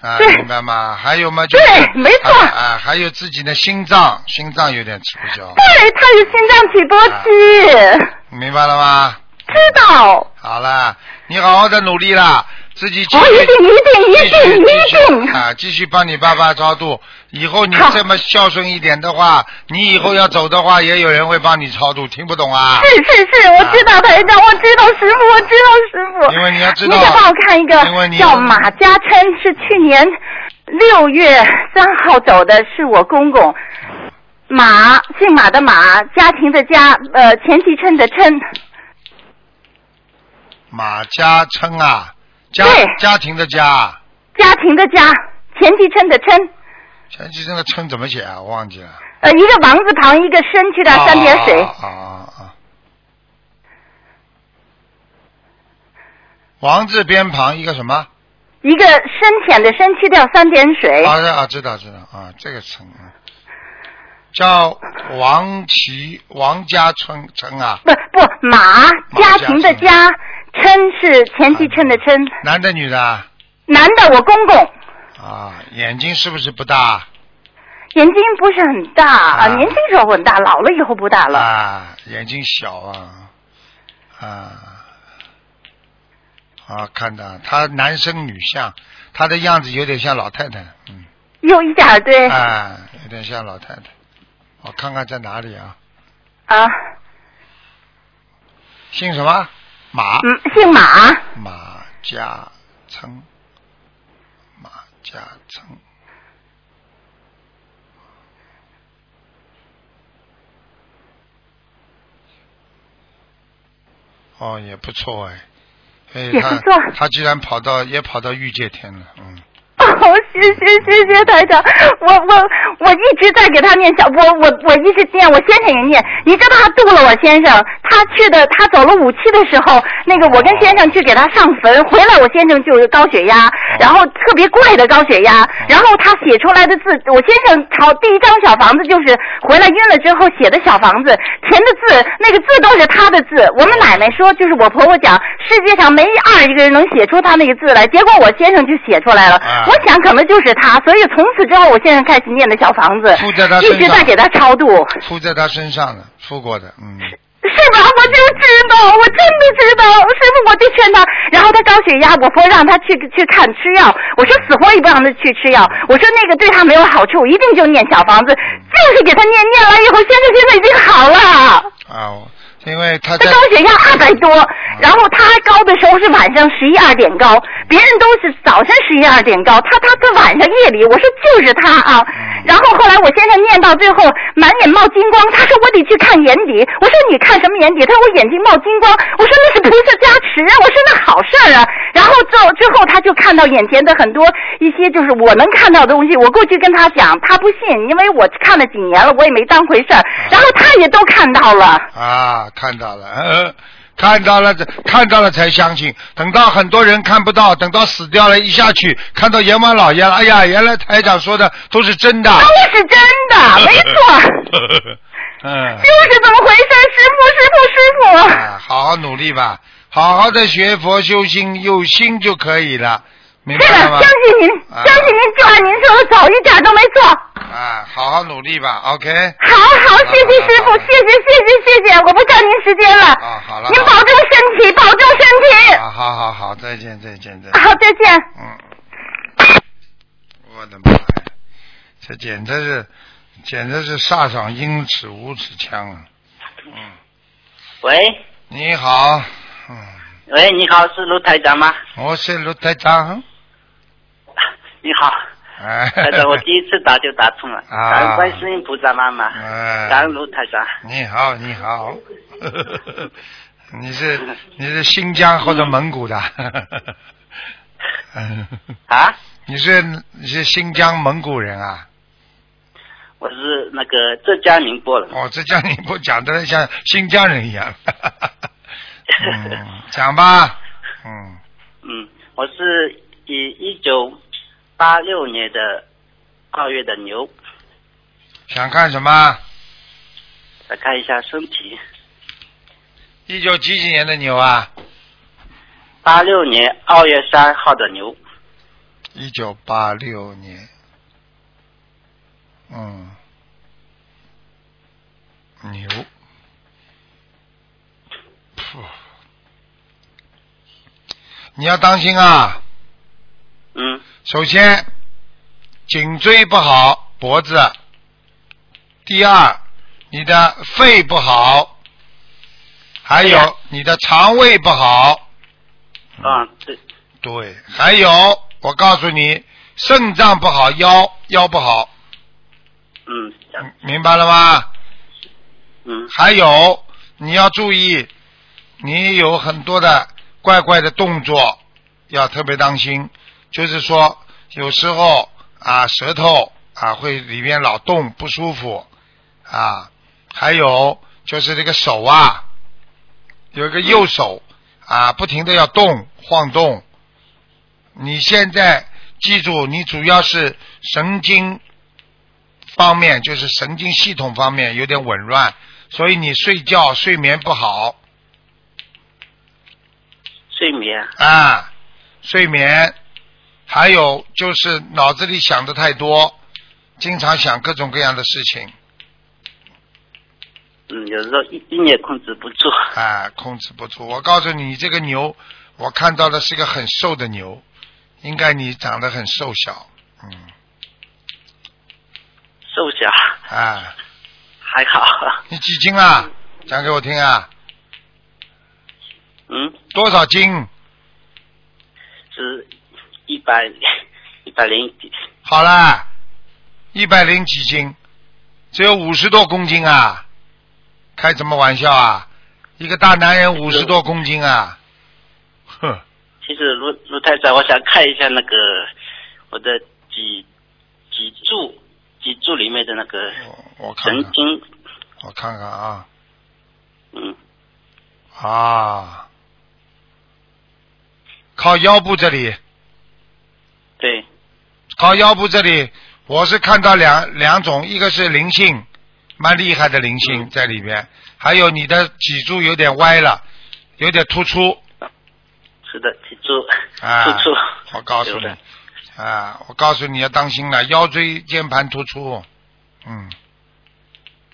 S1: 啊，
S6: 对
S1: 明白吗？还有嘛，就是
S6: 对，没错，
S1: 啊啊，还有自己的心脏，心脏有点吃不消，
S6: 对，他有心脏起波
S1: 啊
S6: 期，
S1: 明白了吗？
S6: 知
S1: 啊
S6: 道。
S1: 好了，你好好的努力啦，自己继
S6: 我哦一
S1: 续。
S6: 定一
S1: 继续
S6: 定一定
S1: 继
S6: 一
S1: 续
S6: 定。
S1: 啊！继续帮你爸爸超度。以后你
S6: 好
S1: 这么孝顺一点的话，你以后要走的话，也有人会帮你超度。听不懂啊？
S6: 是是是，我知道台长，我知道师傅，我知道师傅。
S1: 因为你要知道
S6: 再帮我看一
S1: 因为你
S6: 个叫马家琛，是去年六月三号走的，是我公公。马，姓马的马，家庭的家，呃，钱其琛的琛，
S1: 马家琛啊，家
S6: 对
S1: 家庭的家，
S6: 家庭的家，钱其琛的琛，
S1: 前期那个琛怎么写啊？我忘记了。
S6: 呃，一个王字旁，一个身去掉三点水。
S1: 啊啊啊啊！王字边旁一个什么？
S6: 一个深浅的深去掉三点水，
S1: 啊啊，知道知道啊，这个城啊，叫王琦王家村城啊，
S6: 不不马
S1: 马
S6: 家庭的家，琛是钱其琛的琛，
S1: 男的女的啊
S6: 男的我公公，
S1: 啊？眼睛是不是不大
S6: 眼睛不是很大
S1: 啊
S6: 啊，年轻时候很大，老了以后不大了。
S1: 啊？眼睛小啊啊啊！看到他男生女相，他的样子有点像老太太，嗯，
S6: 有一点儿对啊
S1: 啊，有点像老太太。我看看在哪里啊？姓什么？马。
S6: 嗯，姓马，
S1: 马家成，马家成，哦，也不错哎，哎，
S6: 也
S1: 他
S6: 不错
S1: 他居然跑到也跑到御界天了，嗯，
S6: 哦，谢谢谢谢台长，我我我一直在给他念小，我我我一直念，我先生也念，你知道他度了我先生，他他去的，他走了五期的时候，那个我跟先生去给他上坟，回来我先生就是高血压，然后特别怪的高血压，然后他写出来的字，我先生朝第一张小房子就是回来晕了之后写的小房子，填的字那个字都是他的字。我们奶奶说，就是我婆婆讲，世界上没二一个人能写出他那个字来，结果我先生就写出来了。
S1: 啊
S6: 我想可能就是他，所以从此之后我先生开始念的小房子
S1: 附在他，身上
S6: 一直在给他超度。
S1: 附在他身上的，附过的，嗯，
S6: 是吧？我就知道，我真的知道，师傅，我就劝他。然后他高血压，我婆让他去去看吃药，我说死活也不让他去吃药，我说那个对他没有好处，一定就念小房子，就是给他念念完以后，先生现在已经好了。
S1: 啊，我因为他
S6: 他
S1: 在嗯
S6: 高血压二百多，然后他高的时候是晚上十一二点高，别人都是早晨十一二点高，他他是晚上夜里。我说就是他啊，
S1: 嗯
S6: 然后后来我先生念到最后满眼冒金光，他说我得去看眼底。我说你看什么眼底？他说我眼睛冒金光。我说那是菩萨加持啊，我说那好事儿啊。然后之后之后他就看到眼前的很多一些就是我能看到的东西。我过去跟他讲，他不信，因为我看了几年了，我也没当回事儿。然后他也都看到了。
S1: 啊，看到了，呃，看到了，看到了才相信。等到很多人看不到，等到死掉了，一下去看到阎王老爷了，哎呀，原来台长说的都是真的。
S6: 都是真的，没错，
S1: 嗯，
S6: 就是这么回事。师傅，师傅，师傅，
S1: 啊好好努力吧，好好的学佛修心，有心就可以了，明
S6: 是
S1: 白了
S6: 的，
S1: 吗
S6: 相？信您，
S1: 啊
S6: 相信您，就按您说的走，一点都没错。
S1: 啊，好好努力吧，OK。
S6: 好好，谢谢师
S1: 好
S6: 傅，
S1: 好
S6: 谢谢，谢谢，谢谢，我不占您时间了。
S1: 啊，好了。
S6: 您保重身体，保重身体。
S1: 啊，好好好，再见再见再见。
S6: 好，再见。
S1: 嗯，我的妈呀，这简直是，简直是煞上阴尺无尺枪啊！嗯，
S7: 喂，
S1: 你好，嗯，
S7: 喂，你好，是卢台长吗？
S1: 我是卢台长，
S7: 你 好，
S1: 哎，
S7: 台长，我第一次打就打通了，
S1: 啊
S7: 感恩观世音菩萨妈 妈，
S1: 哎
S7: 感恩卢台长。
S1: 你好，你好， 你是你是新疆或者蒙古的？嗯，
S7: 啊，
S1: 你是你是新疆蒙古人啊？
S7: 我是那个浙江宁波人。
S1: 哦，这叫你不讲的像新疆人一样。 嗯，讲吧，嗯，
S7: 嗯，我是以一九八六年的二月的牛，
S1: 想看什么？
S7: 来看一下身体。
S1: 一九几几年的牛啊？
S7: 八六年二月三号的牛，
S1: 一九八六年。嗯，牛。噗你要当心啊！
S7: 嗯，
S1: 首先，颈椎不好，脖子；第二，你的肺不好，还
S7: 对哎呀
S1: 有你的肠胃不好。
S7: 啊，对，
S1: 对，还有我告诉你，肾脏不好，腰腰不好，
S7: 嗯，
S1: 嗯明白了吗？
S7: 嗯，
S1: 还有你要注意，你有很多的怪怪的动作，要特别当心。就是说，有时候啊，舌头啊会里面老动，不舒服啊。还有就是这个手啊，有一个右手啊，不停的要动晃动。你现在记住，你主要是神经方面，就是神经系统方面有点紊乱，所以你睡觉睡眠不好
S7: 睡眠，
S1: 啊，睡眠，还有就是脑子里想的太多，经常想各种各样的事情
S7: 嗯，有时候一定也控制不住。
S1: 啊，控制不住。我告诉你，你这个牛，我看到的是个很瘦的牛，应该你长得很瘦小，嗯
S7: 瘦小
S1: 啊，
S7: 还好，
S1: 你几斤啊？讲给我听啊，
S7: 嗯，
S1: 多少斤？
S7: 是一百 一百零几，
S1: 好啦，一百零几斤，只有五十多公斤啊！开什么玩笑啊！一个大男人五十多公斤啊！哼，
S7: 其实卢卢太长，我想看一下那个我的脊脊柱脊柱里
S1: 哦
S7: 面的那个
S1: 我我看
S7: 神
S1: 看，
S7: 经，
S1: 我看看啊，
S7: 嗯，
S1: 啊，靠腰部这里，
S7: 对，
S1: 靠腰部这里，我是看到两两种，一个是灵性，蛮厉害的灵
S7: 嗯
S1: 性在里边，还有你的脊柱有点歪了，有点突出
S7: 是的，脊柱
S1: 啊
S7: 突出。
S1: 我告诉
S7: 有
S1: 你
S7: 的
S1: 啊，我告诉你要当心了，腰椎间盘突出， 嗯，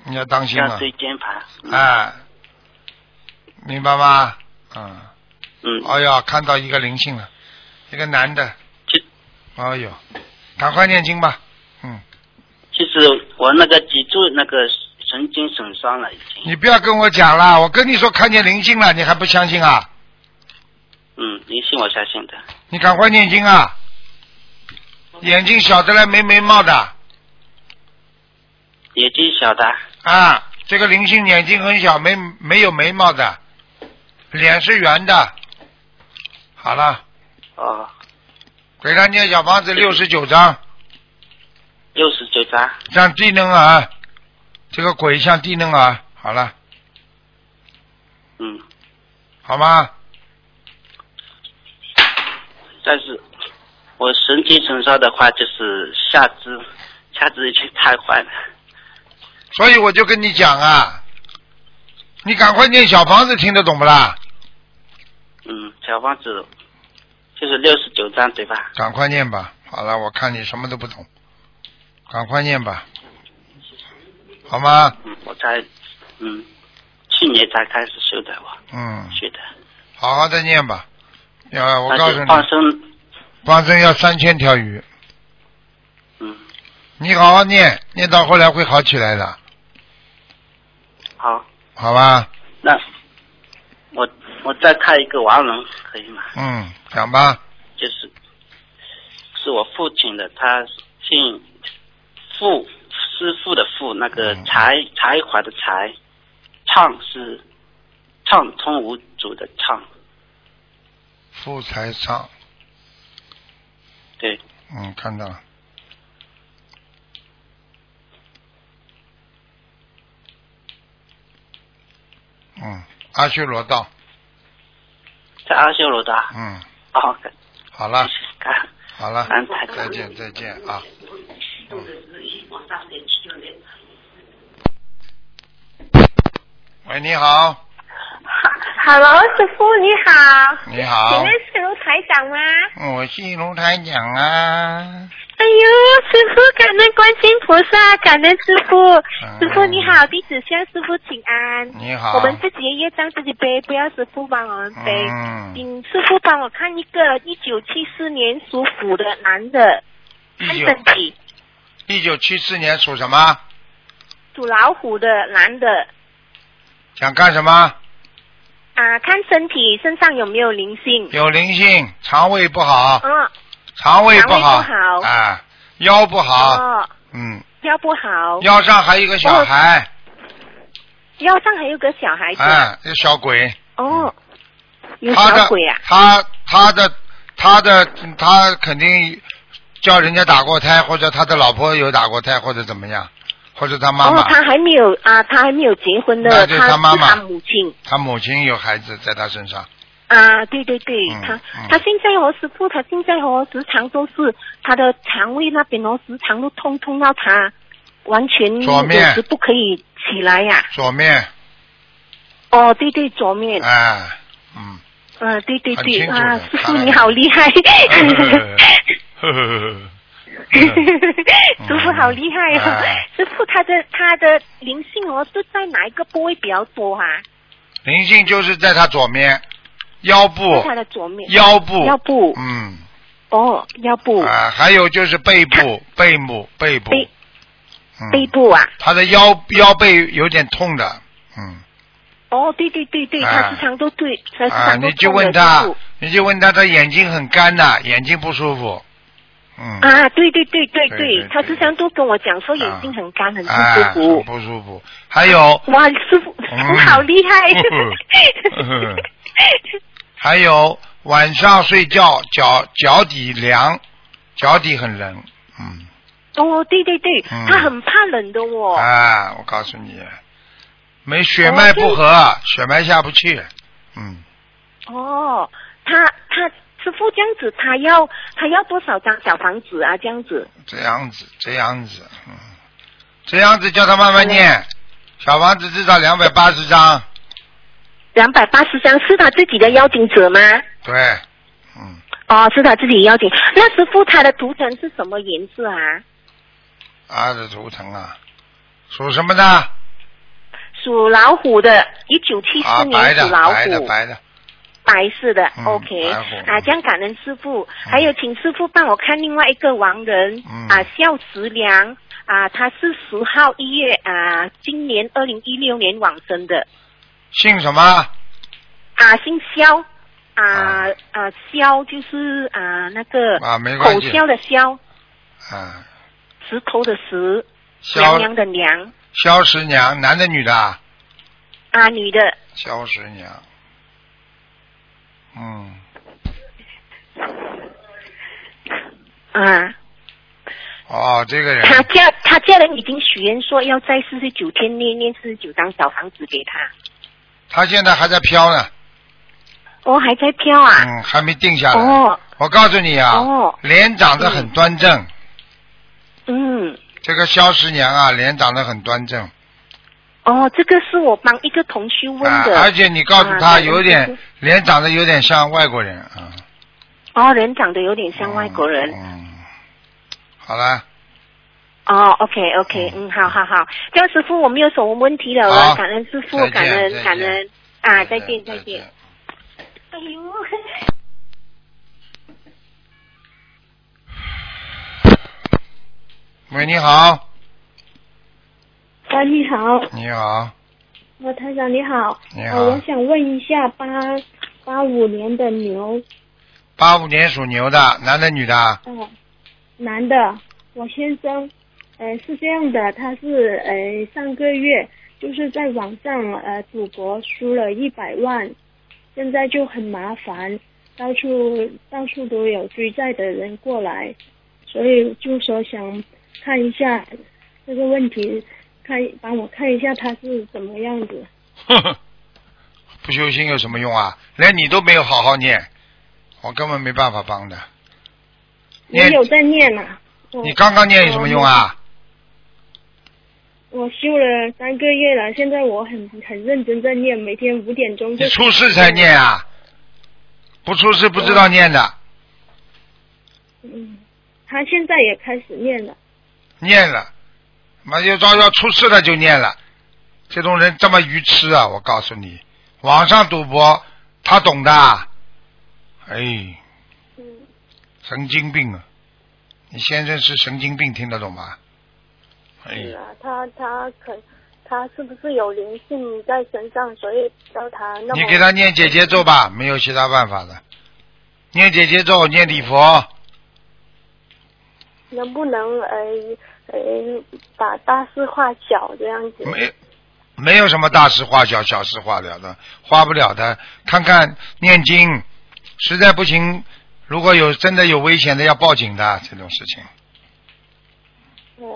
S1: 你要当心
S7: 腰
S1: 了，
S7: 椎间盘。嗯
S1: 啊，明白吗？嗯。
S7: 嗯，
S1: 哎呀，看到一个灵性了，一个男的
S7: 这。
S1: 哎呦，赶快念经吧。嗯，
S7: 其实我那个脊柱那个神经损伤了已经。
S1: 你不要跟我讲了，我跟你说看见灵性了，你还不相信啊？
S7: 嗯，灵性我相信的。
S1: 你赶快念经啊！眼睛小的来没眉毛的
S7: 眼睛小的，
S1: 啊，这个灵性眼睛很小，没没有眉毛的，脸是圆的。好了，
S7: 哦，
S1: 给他念小房子六十九章，
S7: 六十九张。
S1: 像地能儿，这个鬼像地能儿。好了，
S7: 嗯，
S1: 好吗？
S7: 但是我神经损伤的话，就是下肢下肢已经瘫痪了。
S1: 所以我就跟你讲啊，你赶快念小房子，听得懂不啦？
S7: 嗯，小房子就是六十九张对吧？
S1: 赶快念吧。好了，我看你什么都不懂，赶快念吧，好吗？
S7: 嗯，我才嗯去年才开始修的我
S1: 嗯，
S7: 学的，
S1: 好好的念吧。要我
S7: 但
S1: 告
S7: 是
S1: 诉你，
S7: 放生
S1: 放生要三千条鱼，
S7: 嗯
S1: 你好好念，念到后来会好起来的，
S7: 好，
S1: 好吧？
S7: 那我我再看一个亡人可以吗？
S1: 嗯，讲吧。
S7: 就是是我父亲的，他姓傅，师傅的傅，那个
S1: 嗯
S7: 才才华的才，畅是畅通无阻的畅，
S1: 富财上，
S7: 对，
S1: 嗯，看到了。嗯，阿修罗道，
S7: 在阿修罗的啊。
S1: 嗯，
S7: 哦，感
S1: 好了，
S7: 感
S1: 好了，
S7: 安排
S1: 再见，再见啊。喂，你好，
S8: Hello，师啊傅你好，
S1: 你好嗯
S8: 请问，是卢台长吗？
S1: 我是卢台长啊。
S8: 哎呦，师傅感恩观世音菩萨，感恩师傅，师傅你好，弟子向师傅请安。
S1: 嗯你好，
S8: 我们自己的业障自己背，不要师傅帮我们背。
S1: 嗯，
S8: 请师傅帮我看一个一九七四年属虎的男的，看
S1: 一九
S8: 身体，
S1: 一九七四年属什么？
S8: 属老虎的男的
S1: 想干什么？
S8: 啊，看身体身上有没有灵性？
S1: 有灵性，肠胃不好，
S8: 嗯、哦，
S1: 肠胃不好，
S8: 肠胃不好
S1: 啊，腰不好，
S8: 哦，
S1: 嗯，
S8: 腰不好，哦
S1: 腰上还有一个小孩，
S8: 腰上还有个小孩子，
S1: 哎，这小鬼，
S8: 哦，有
S1: 他
S8: 小
S1: 的
S8: 鬼啊，
S1: 他他的他的他肯定叫人家打过胎，或者他的老婆有打过胎，或者怎么样，或者他妈妈，
S8: 哦，他还没有啊，他还没有结婚的，
S1: 那就是
S8: 他
S1: 他妈妈
S8: 是他母亲
S1: 他母亲有孩子在他身上，
S8: 啊，对对对，
S1: 嗯
S8: 他、
S1: 嗯
S8: 他现在哦，师傅，他现在哦，时常都是他的肠胃那边哦，时常都痛痛到他完全
S1: 左面
S8: 有时不可以起来呀、
S1: 左面，
S8: 哦，对对，左面，啊，
S1: 哎，嗯，
S8: 对对
S1: 很
S8: 对，
S1: 清楚的
S8: 啊，师
S1: 看
S8: 傅
S1: 来嗯
S8: 你好厉害。
S1: 哎呵呵 呵
S8: 师傅好厉害哦！
S1: 哎
S8: 师傅，他的他的灵性哦，是在哪一个部位比较多啊？
S1: 灵性就是在他左面，腰部
S8: 在，他的左面。
S1: 腰部，
S8: 腰部
S1: 嗯，
S8: 哦，腰部、啊
S1: 啊，还有就是背部、背部、背部，
S8: 背
S1: 嗯
S8: 背部啊。
S1: 他的腰腰背有点痛的，嗯，
S8: 哦，对对对对，
S1: 哎
S8: 他时常都对，他时
S1: 啊，
S8: 常都
S1: 你就
S8: 痛的
S1: 问他
S8: 师傅，
S1: 你就问他，他眼睛很干呐、眼睛不舒服，嗯，
S8: 啊，对对对对
S1: 对对
S8: 对，他时常都跟我讲说眼睛很干，很不
S1: 啊，
S8: 舒服
S1: 很。
S8: 啊
S1: 不舒服，还有
S8: 哇，师傅，
S1: 嗯
S8: 你 好厉 害！
S1: 还有晚上睡觉脚脚底凉，脚底很冷，嗯，
S8: 哦，对对对，
S1: 嗯
S8: 他很怕冷的哦。
S1: 哎啊，我告诉你，没血脉不和，血脉下不去，嗯，
S8: 哦，他他师傅这样子，他要他要多少张小房子啊？这样子
S1: 这样子，这样子，嗯，这样子叫他慢慢念。小房子至少两百八十张，
S8: 两百八十张是他自己的邀请者吗？
S1: 对，嗯，
S8: 哦，是他自己邀请。那师傅他的图腾是什么颜色啊？
S1: 阿的图腾啊，属什么的？
S8: 属老虎的，一九七
S1: 啊，
S8: 四
S1: 白
S8: 年
S1: 的
S8: 属，老虎，
S1: 白的，白的。
S8: 白色的、
S1: 嗯
S8: o k
S1: 白虎
S8: 啊，这样感恩师傅。还有，请师傅帮我看另外一个亡人、
S1: 嗯
S8: 啊，孝慈良啊，他是十号一月啊，今年二零一六年往生的
S1: 姓什么？
S8: 啊，姓肖
S1: 啊
S8: 啊啊，肖就是啊那个
S1: 啊没关
S8: 口
S1: 系
S8: 肖的肖，
S1: 啊，
S8: 石头的石，
S1: 肖
S8: 凉凉的凉
S1: 肖十娘，男的女的啊？
S8: 啊，女的
S1: 肖十娘，嗯，
S8: 啊。
S1: 哦，这个人
S8: 他家他家人已经许愿说要在四十九天内念四十九张小房子给他，
S1: 他现在还在飘呢，
S8: 哦，还在飘啊，
S1: 嗯，还没定下来。
S8: 哦，
S1: 我告诉你啊，
S8: 哦
S1: 脸长得很端正，
S8: 嗯，
S1: 这个肖十娘啊，脸长得很端正
S8: 哦，这个是我帮一个同学问
S1: 啊，
S8: 的，
S1: 而且你告诉
S8: 啊
S1: 他
S8: 感恩
S1: 有
S8: 师
S1: 点脸长得有点像外国人啊，
S8: 哦，人长得有点像外国人，
S1: 嗯，嗯好了，
S8: 哦，OK OK，嗯，好好好，这样师傅我没有什么问题了，
S1: 好
S8: 感恩师傅
S1: 再，见
S8: 感
S1: 再见
S8: 恩感恩啊，再见
S1: 再
S8: 再见。。哎呦，
S1: 喂，你好，
S2: 啊，你好，
S1: 你好，
S2: 我台长你好，
S1: 你
S2: 呃，我
S1: 好，
S2: 想问一下八八五年的牛，
S1: 八五年属牛的，男的女的啊？
S2: 嗯、男的，我先生，呃，是这样的，他是呃上个月就是在网上呃赌博输了一百万，现在就很麻烦，到处到处都有追债的人过来，所以就说想看一下这个问题，看帮我看一下他是怎么样子。
S1: 哼哼，不修心有什么用啊？连你都没有好好念，我根本没办法帮的。
S2: 我
S1: 念
S2: 有在念啊呐、我
S1: 你刚刚念有什么用啊？
S2: 我修了三个月了，现在我很很认真在念，每天五点钟就
S1: 你出事才念啊，不出事不知道念的，
S2: 嗯，他现在也开始念了。
S1: 念了，妈就照要出事了就念了。这种人这么愚痴啊！我告诉你，网上赌博他懂的啊，哎，
S2: 嗯，
S1: 神经病啊！你先生是神经病，听得懂吗？哎，
S2: 是啊，他他可他是不是有灵性在身上，所以叫他那么
S1: 你给他念姐姐咒吧，没有其他办法的。念姐姐咒，念礼佛，
S2: 能不能呃呃把大事化小这样子？
S1: 没没有什么大事化小，小事化了的，化不了的。看看念经，实在不行，如果有真的有危险的，要报警的这种事情。
S2: 哦，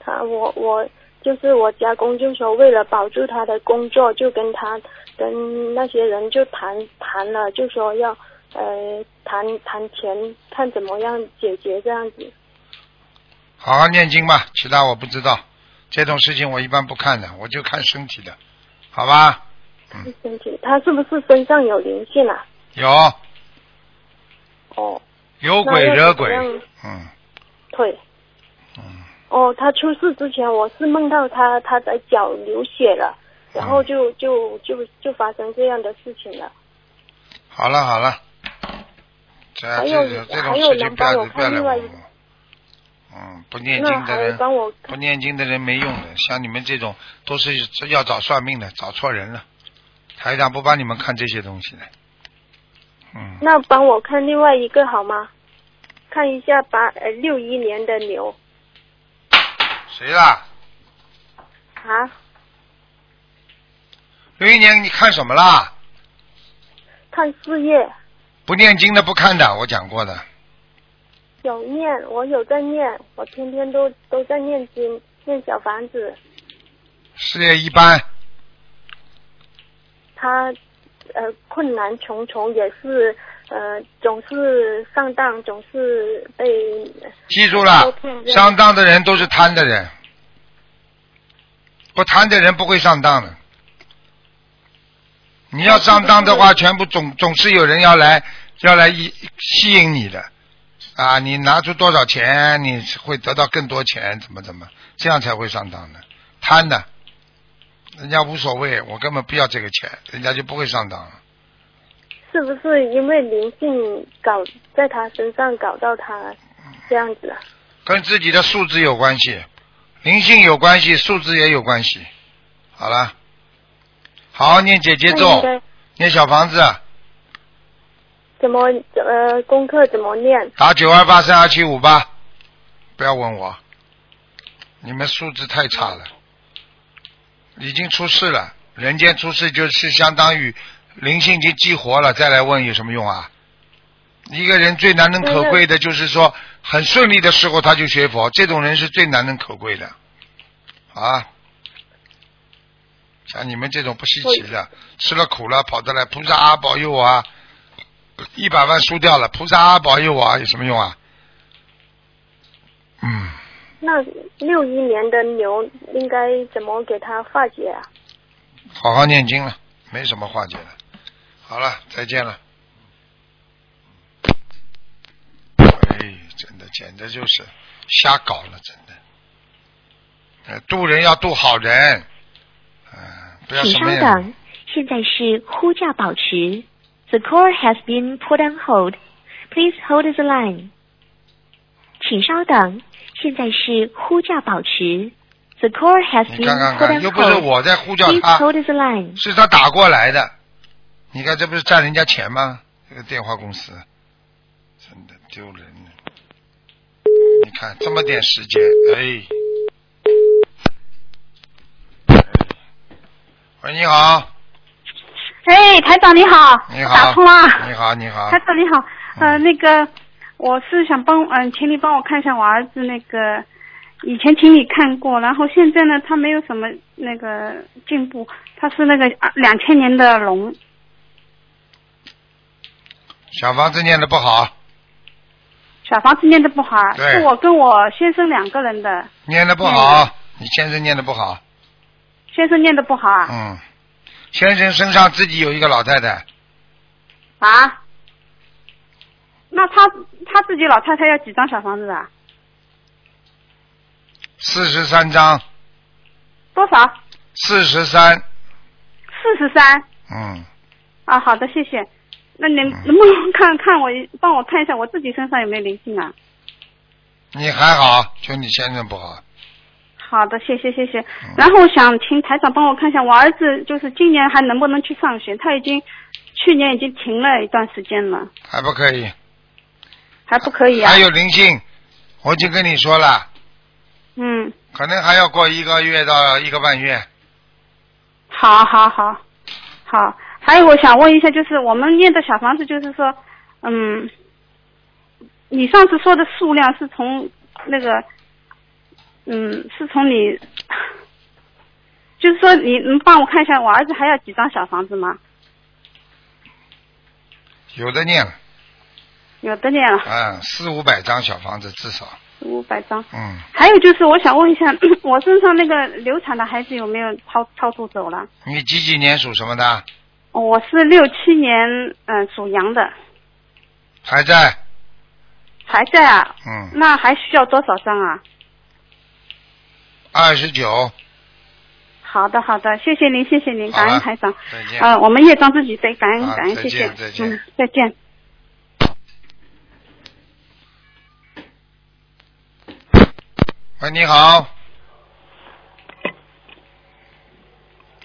S2: 他我我就是我家公就说为了保住他的工作，就跟他跟那些人就谈谈了，就说要呃谈谈钱，看怎么样解决这样子。
S1: 好好念经吧，其他我不知道。这种事情我一般不看的，我就看身体的，好吧？嗯
S2: 身体他是不是身上有灵性啊？
S1: 有
S2: 哦，
S1: 有
S2: 那
S1: 鬼
S2: 要
S1: 惹
S2: 怎
S1: 鬼
S2: 么，样
S1: 嗯，
S2: 对。哦，他出事之前，我是梦到他他的脚流血了，然
S1: 嗯
S2: 后就就就就发生这样的事情了。
S1: 好了好了，这
S2: 还有
S1: 啊这种这种
S2: 还有
S1: 事
S2: 能
S1: 情不要
S2: 帮我
S1: 不要
S2: 看
S1: 来
S2: 另外
S1: 问
S2: 一
S1: 我。嗯，不念
S2: 那
S1: 经的
S2: 还
S1: 人，
S2: 帮我
S1: 不念经的人没用的，像你们这种都是要找算命的，找错人了。台长不帮你们看这些东西的。嗯，
S2: 那帮我看另外一个好吗？看一下八呃六一年的牛
S1: 谁啦？
S2: 啊，
S1: 刘一年你看什么啦？
S2: 看事业
S1: 不念经的不看的，我讲过的。
S2: 有念，我有在念，我天天都都在念经，念小房子。
S1: 事业一般，
S2: 他
S9: 呃困难重重，也是呃总是上当，总是被
S1: 记住了
S9: 受骗，这样
S1: 上当的人都是贪的人，不贪的人不会上当的。你要上当的话，全部总总是有人要来要来一吸引你的啊！你拿出多少钱，你会得到更多钱，怎么怎么，这样才会上当的。贪的，人家无所谓，我根本不要这个钱，人家就不会上当了。
S9: 是不是因为灵性搞在他身上搞到他这样子啊？
S1: 跟自己的素质有关系，灵性有关系，素质也有关系。好了，好好念姐姐
S9: 那应
S1: 咒，
S9: 该
S1: 念小房子，
S9: 怎么呃功课怎么念？
S1: 打九二八三二七五八，不要问我，你们素质太差了，已经出事了，人间出事就是相当于灵性已经激活了，再来问有什么用啊？一个人最难能可贵的就是说，很顺利的时候他就学佛，这种人是最难能可贵的，啊。像你们这种不稀奇的，吃了苦了，跑得来，菩萨啊保佑我啊！一百万输掉了，菩萨啊保佑我啊，有什么用啊？嗯，
S9: 那六一年的牛应该怎么给他化解啊？
S1: 好好念经了，没什么化解的。好了，再见了。哎，真的，简直就是瞎搞了，真的。呃，渡人要渡好人，嗯、不要
S10: 请
S1: 什
S10: 稍
S1: 么也
S10: 等，现在是呼叫保持。The call has been put on hold. Please hold the line. 请稍等，现在是呼叫保持。The call has
S1: 你
S10: been
S1: 看看
S10: put
S1: 看，
S10: on
S1: 又不是
S10: hold.
S1: 我在呼叫
S10: Please
S1: 他，
S10: hold the line.
S1: 是他打过来的。你看，这不是占人家钱吗？这个电话公司真的丢人了。你看这么点时间，哎。喂，你好，
S11: 哎，台长你好，
S1: 你好，
S11: 打通了，
S1: 你好，你好嗯
S11: 台，长你好，呃，那个我是想帮，嗯、请你帮我看一下我儿子那个，以前请你看过，然后现在呢，他没有什么那个进步，他是那个两千年的龙，
S1: 小房子念的不好，
S11: 小房子念的不好，啊
S1: 对
S11: 是我跟我先生两个人的，
S1: 念的不
S11: 嗯
S1: 好，你先生念的不好，
S11: 先生念的不好啊，
S1: 嗯，先生身上自己有一个老太太，
S11: 啊，那他他自己老太太要几张小房子啊？
S1: 四十三章，
S11: 多少？
S1: 四十三，
S11: 四十三。
S1: 嗯，
S11: 啊，好的，谢谢。那您能不能看看我一，帮我看一下我自己身上有没有灵性啊？
S1: 你还好，就你先生不好，
S11: 好的，谢谢谢谢。然后想请台长帮我看一下，我儿子就是今年还能不能去上学？他已经去年已经停了一段时间了，
S1: 还不可以，
S11: 还不可以啊
S1: 还？有灵性，我已经跟你说了，
S11: 嗯，
S1: 可能还要过一个月到一个半月。
S11: 好好好好。还有我想问一下，就是我们念的小房子，就是说，嗯，你上次说的数量是从那个，嗯，是从你， 就是说你能帮我看一下我儿子还要几张小房子吗？
S1: 有的念了，
S11: 有的念了
S1: 嗯，四五百张小房子至少，
S11: 五百张。
S1: 嗯，
S11: 还有就是我想问一下， 我身上那个流产的孩子有没有超超度走了？
S1: 你几几年属什么的？
S11: 我是六七年嗯、呃属羊的，
S1: 还在，
S11: 还在啊？
S1: 嗯，
S11: 那还需要多少张啊？
S1: 二十九，
S11: 好的，好的，谢谢您，谢谢您，感
S1: 好了
S11: 恩台长。
S1: 再见。
S11: 呃，我们业障自己背，感恩
S1: 好
S11: 感恩，
S1: 再
S11: 谢谢
S1: 见，再见
S11: 嗯，再见。
S1: 喂，你好。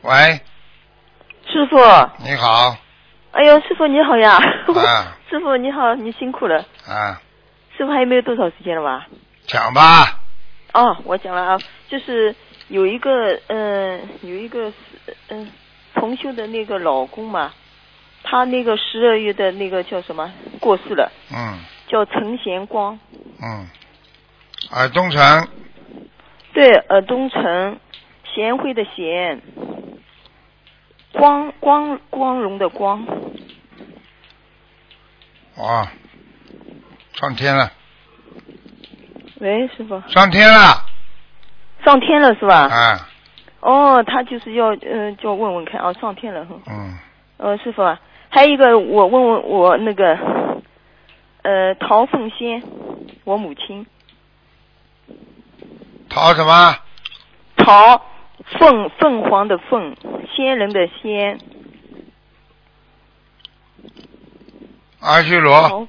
S1: 喂，
S12: 师傅，
S1: 你 好，
S12: 哎呦，师傅你好呀！
S1: 啊
S12: 师傅你好，你辛苦了。
S1: 啊，
S12: 师傅还有没有多少时间了吧？
S1: 讲吧，
S12: 哦，我讲了啊，就是有一个嗯、呃有一个嗯、同修的那个老公嘛，他那个十二月的那个叫什么过世了，
S1: 嗯
S12: 叫陈贤光，
S1: 嗯，耳东城，
S12: 对，呃，东城贤惠的贤，光光光荣的光，
S1: 哇，哦上天了，
S12: 喂，师傅，
S1: 上天了，
S12: 上天了是吧？
S1: 啊，
S12: 哦，他就是要呃，就要问问看啊，上天了哈。
S1: 嗯，
S12: 呃，师傅啊，还有一个，我问问我那个，呃，陶凤仙，我母亲
S1: 逃什么？
S12: 陶凤凤凰的凤，仙人的仙，
S1: 阿修罗，
S12: 哦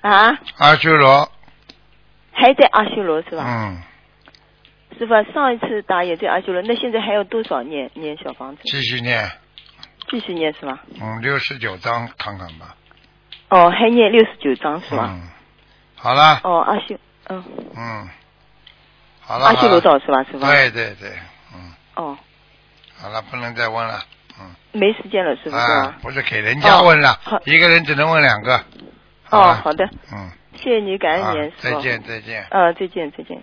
S12: 啊，
S1: 阿修罗，
S12: 还在阿修罗是吧？
S1: 嗯，
S12: 师傅啊、上一次打也在阿修罗，那现在还有多少念念小房子？
S1: 继续念，
S12: 继续念是吧？
S1: 嗯，六十九章看看吧。
S12: 哦，还念六十九章是吧？
S1: 嗯，好了，
S12: 哦，阿修，嗯，
S1: 嗯，好了，
S12: 阿修罗
S1: 好了
S12: 道是吧？是吧？
S1: 对对对，
S12: 哦，
S1: 好了，不能再问了。
S12: 没时间了，是不是
S1: 啊
S12: 啊？，
S1: 不是给人家问了，一个人只能问两个。好
S12: 哦
S1: 了，
S12: 好的，哎
S1: 嗯，
S12: 谢谢你，感
S1: 啊
S12: 恩你，师
S1: 再
S12: 傅。
S1: 见再见。
S12: 呃，再见，再见。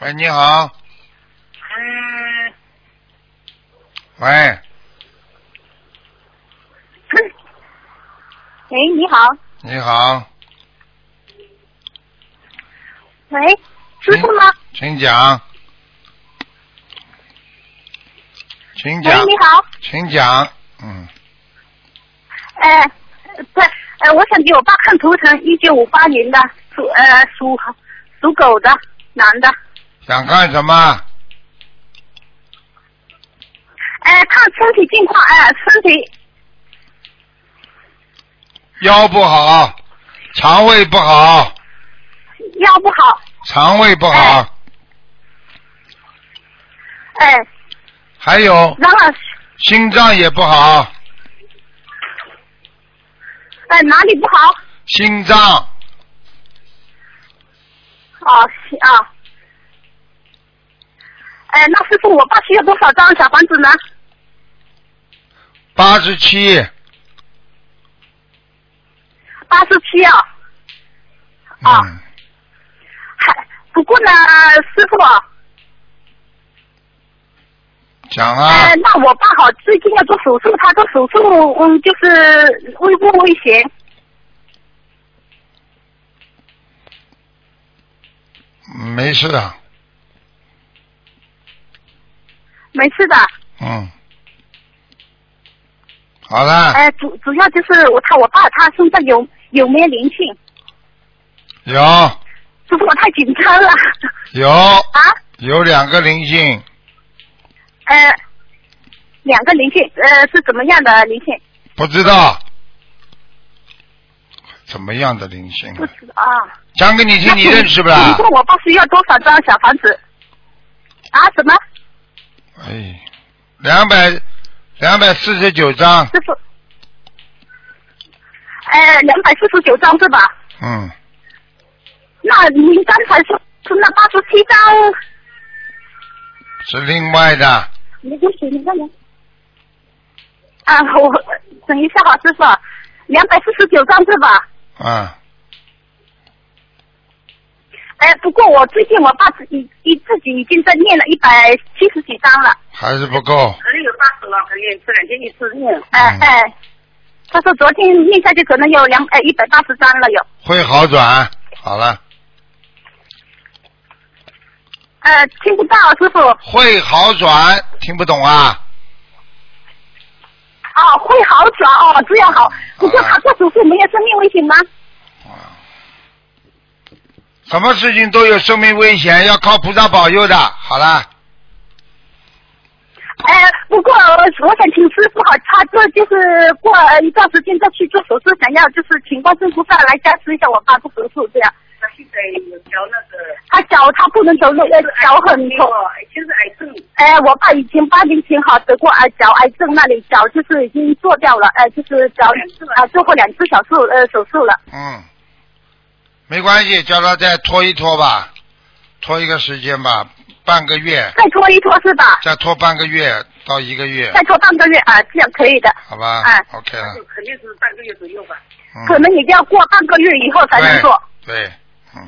S1: 喂，你好。
S5: 嗯
S1: 喂，
S5: 喂，哎你好，
S1: 你好，
S5: 喂，师傅吗？
S1: 请讲，请
S5: 喂
S1: 讲，，
S5: 你好，
S1: 请讲，嗯，
S5: 呃，不，呃，我想给我爸看图腾，一九五八年的属呃属属狗的男的，
S1: 想看什么？
S5: 呃，看身体情况，呃，身体
S1: 腰不好，肠胃不好，
S5: 腰不好，
S1: 肠胃不好，
S5: 哎、
S1: 还有
S5: 然后
S1: 心脏也不好，
S5: 呃哪里不好？
S1: 心脏
S5: 哦，是啊，哎、那师傅，我爸需要多少张小房子呢？
S1: 八十七，
S5: 八十七啊，哦
S1: 啊，
S5: 不过呢，师傅啊，
S1: 讲啊
S5: 呃，，那我爸好最近要做手术，他做手术，嗯，就是危不危险？
S1: 嗯没事的，
S5: 没事的，
S1: 嗯，好了，
S5: 哎、主主要就是我他我爸他身上有有没有灵性？
S1: 有
S5: 师傅，我太紧张了。
S1: 有
S5: 啊，
S1: 有两个灵性，
S5: 呃，两个灵性，呃，是怎么样的灵性？
S1: 不知道怎么样的灵性啊，
S5: 啊，
S1: 讲给你听，你认识不啦
S5: 你？问我爸需要多少张小房子？啊，什么？
S1: 哎，两百两百四十九张，
S5: 师傅，呃，两百四十九张是吧？
S1: 嗯，
S5: 那您刚才说是那八十七张，
S1: 是另外的，
S5: 你就写那个人。啊，我等一下啊，师傅，两百四十九张是吧？
S1: 嗯，
S5: 哎，不过我最近我爸自己已自己已经在念了一百七十几张了。
S1: 还是不够，
S5: 可能有八十了，可能这两天一次念。哎哎，他说昨天念下去可能有两哎一百八十张了有。
S1: 会好转，好了，
S5: 呃，听不到师傅。
S1: 会好转，听不懂啊？
S5: 哦，会好转哦，这样好。不过他做手术没有生命危险吗？
S1: 什么事情都有生命危险，要靠菩萨保佑的，好了。
S5: 哎，不过我想请师傅哈，他这就是过一段时间再去做手术，想要就是请观世音菩萨来加持一下我爸做手术这样。
S13: 他现在有条那个，
S5: 他脚他不能走路，呃，脚很痛。
S13: 就是癌症，
S5: 哎，我爸以前八年前哈得过癌脚癌症，那里脚就是已经做掉了，呃，就是脚啊做过两次小术呃手术了。
S1: 嗯，没关系，叫他再拖一拖吧，拖一个时间吧，半个月，
S5: 再拖一拖是吧？
S1: 再拖半个月到一个月，
S5: 再拖半个月啊，这样可以的。
S1: 好吧、
S5: 哎
S1: o k 了，
S13: 肯定是半个月左右吧。
S1: 嗯
S5: 可能也要过半个月以后才能做。
S1: 对，嗯，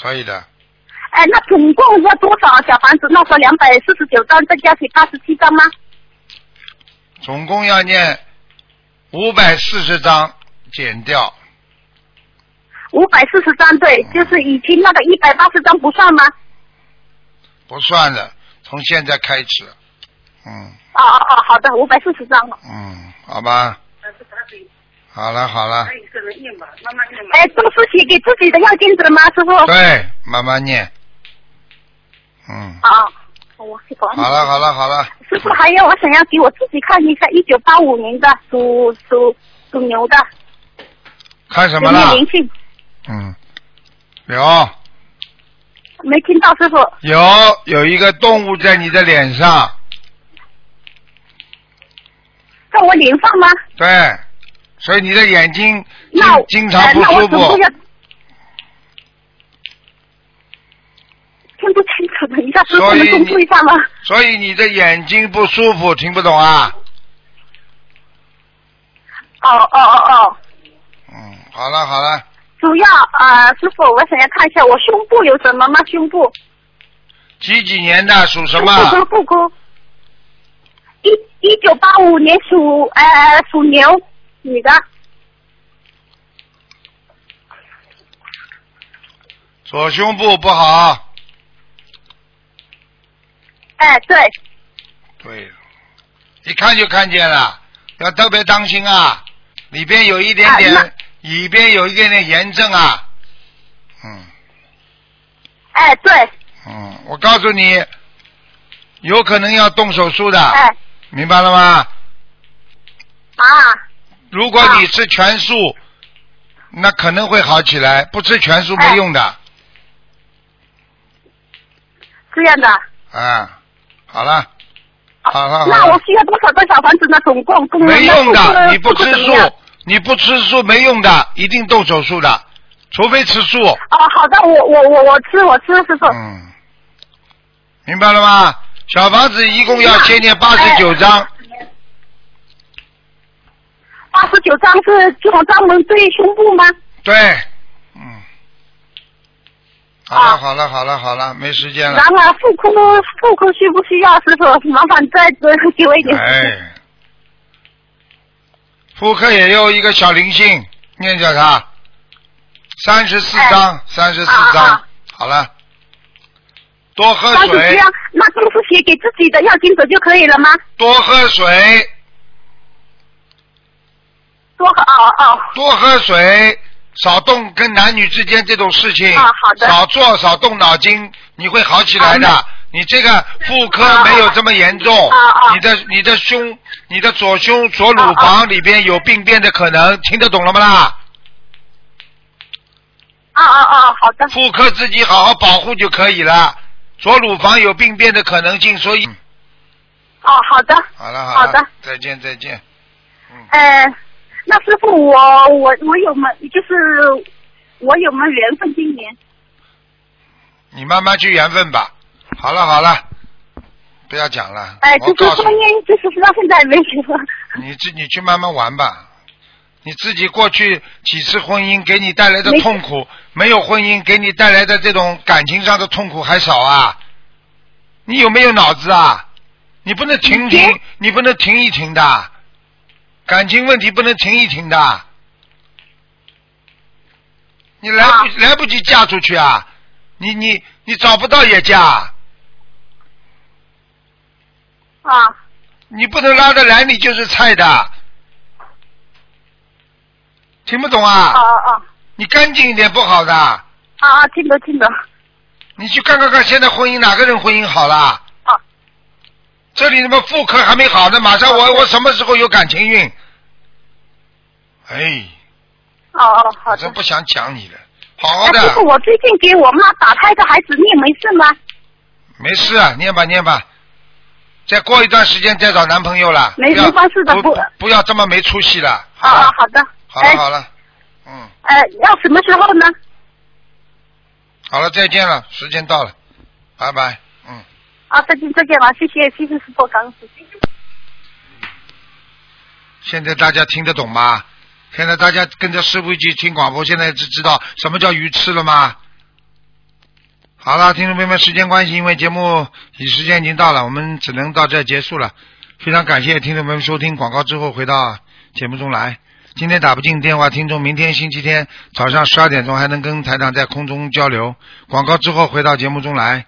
S1: 可以的，
S5: 哎，那总共要多少小房子？那时候两百四十九张，再加起八十七张吗？
S1: 总共要念五百四十章，减掉。
S5: 五百四十张，对，
S1: 嗯
S5: 就是以前那个一百八十张不算吗？
S1: 不算了，从现在开始，嗯
S5: 哦哦哦，好的，五百四十张。
S1: 嗯，好吧，好了好了，
S5: 一个人念吧，慢慢念吧。哎，都是写给自己的要金子吗，师傅？。
S1: 对，慢慢念，嗯，
S5: 好，啊我好
S1: 好了好了好了，
S5: 师傅，还有我想要给我自己看一下，一九八五年的属属属牛的，
S1: 看什
S5: 有
S1: 么
S5: 没有
S1: 了？
S5: 灵性？
S1: 嗯，有
S5: 没听到师傅。
S1: 有有一个动物在你的脸上，
S5: 在我脸上吗？
S1: 对，所以你的眼睛经
S5: 那我
S1: 经常不
S5: 呃那我
S1: 舒
S5: 总共
S1: 服，
S5: 要听不清楚了，一下师傅
S1: 所以
S5: 能重复一下吗？
S1: 所以你的眼睛不舒服，听不懂啊？
S5: 哦哦哦哦，
S1: 嗯，好了好了，
S5: 主要啊、呃师傅，我想要看一下我胸部有什么吗？胸部，
S1: 几几年的属什
S5: 胸
S1: 么
S5: 部？跟腹股。一一九八五年属呃属牛女的，
S1: 左胸部不好，
S5: 哎对，
S1: 对，一看就看见了，要特别当心啊，里边有一点点，
S5: 啊
S1: 里边有一点点炎症啊，
S5: 哎对，
S1: 嗯，我告诉你，有可能要动手术的，
S5: 哎
S1: 明白了吗？
S5: 啊
S1: 如果你吃全素，那可能会好起来，不吃全素
S5: 哎
S1: 没用的，
S5: 这样的，
S1: 啊，好了，好了，好
S5: 啊那我
S1: 了，
S5: 需要多少个小房子呢？总共共
S1: 啊没用的，你不吃
S5: 怎么
S1: 素
S5: 样？，
S1: 你不吃素没用的，一定动手术的，除非吃素。
S5: 哦，好的，我我我我吃我吃师傅。
S1: 嗯，明白了吗？小房子一共要先
S5: 哎
S1: 念八十九章，
S5: 八十九张是这种专门对胸部吗？
S1: 对，嗯，
S5: 啊
S1: 好了好了好了好了，没时间了
S5: 然，后啊妇科妇科需不需要师傅？麻烦再给我一点。
S1: 哎，妇科也有一个小灵性，念掉它，三十四
S5: 哎
S1: 章，三十四章，好了，多哎喝
S5: 啊三十七
S1: 水，
S5: 张，那都是写给自己的要经者就可以了吗？
S1: 多喝水，
S5: 多喝哦哦，
S1: 多喝水，少动跟男女之间这种事情，
S5: 啊好的
S1: 少做少动脑筋，你会好起来的。你这个妇科没有这么严重，
S5: 啊
S1: 你的你的胸、你的左胸、左乳房里边有病变的可能，听得懂了吗啦？
S5: 啊啊啊，好的。
S1: 妇科自己好好保护就可以了。左乳房有病变的可能性，所以
S5: 哦，好的，
S1: 好了
S5: 好
S1: 了，
S5: 的
S1: 再见再见。嗯
S5: 呃，那师傅我我我有没就是我有没有缘分今年？
S1: 你慢慢去缘分吧。好了好了，不要讲了。
S5: 哎、
S1: 我
S5: 就是
S1: 告诉
S5: 婚
S1: 你，
S5: 姻就是到现在没结婚。
S1: 你自你去慢慢玩吧。你自己过去几次婚姻给你带来的
S5: 没
S1: 痛苦，没有婚姻给你带来的这种感情上的痛苦还少啊？你有没有脑子啊？你不能停停，你不能停一停的，感情问题不能停一停的。你来不、来不及嫁出去啊？你你你找不到也嫁啊？
S5: 啊。
S1: 你不能拉得来，你就是菜的。听不懂啊？
S5: 哦哦
S1: 你干净一点不好的。
S5: 啊啊，听懂听懂。
S1: 你去看看看，现在婚姻哪个人婚姻好了？啊。这里什么妇科还没好呢，马上我我什么时候有感情运？哎，
S5: 哦哦，好
S1: 我
S5: 的
S1: 真。不想讲你了，好好
S5: 哎，师
S1: 的
S5: 傅，，我最近给我妈打胎的孩子念没事吗？
S1: 没事啊，念吧念吧。再过一段时间再找男朋友了，
S5: 没
S1: 不要
S5: 没关系的
S1: 不
S5: 不
S1: 不要这么没出息了。
S5: 啊啊，好的。
S1: 好了
S5: 哎
S1: 好了
S5: 呃，要什么时候呢？
S1: 好了，再见了，时间到了，拜拜。
S5: 啊，再见再见了，谢谢谢谢师傅，感恩师傅。
S1: 现在大家听得懂吗？现在大家跟着师傅一起听广播，现在就知道什么叫鱼吃了吗？好了，听众朋友们，时间关系，因为节目已时间已经到了，我们只能到这儿结束了。非常感谢听众朋友们收听广告之后回到节目中来。今天打不进电话，听众明天星期天早上十二点钟还能跟台长在空中交流。广告之后回到节目中来。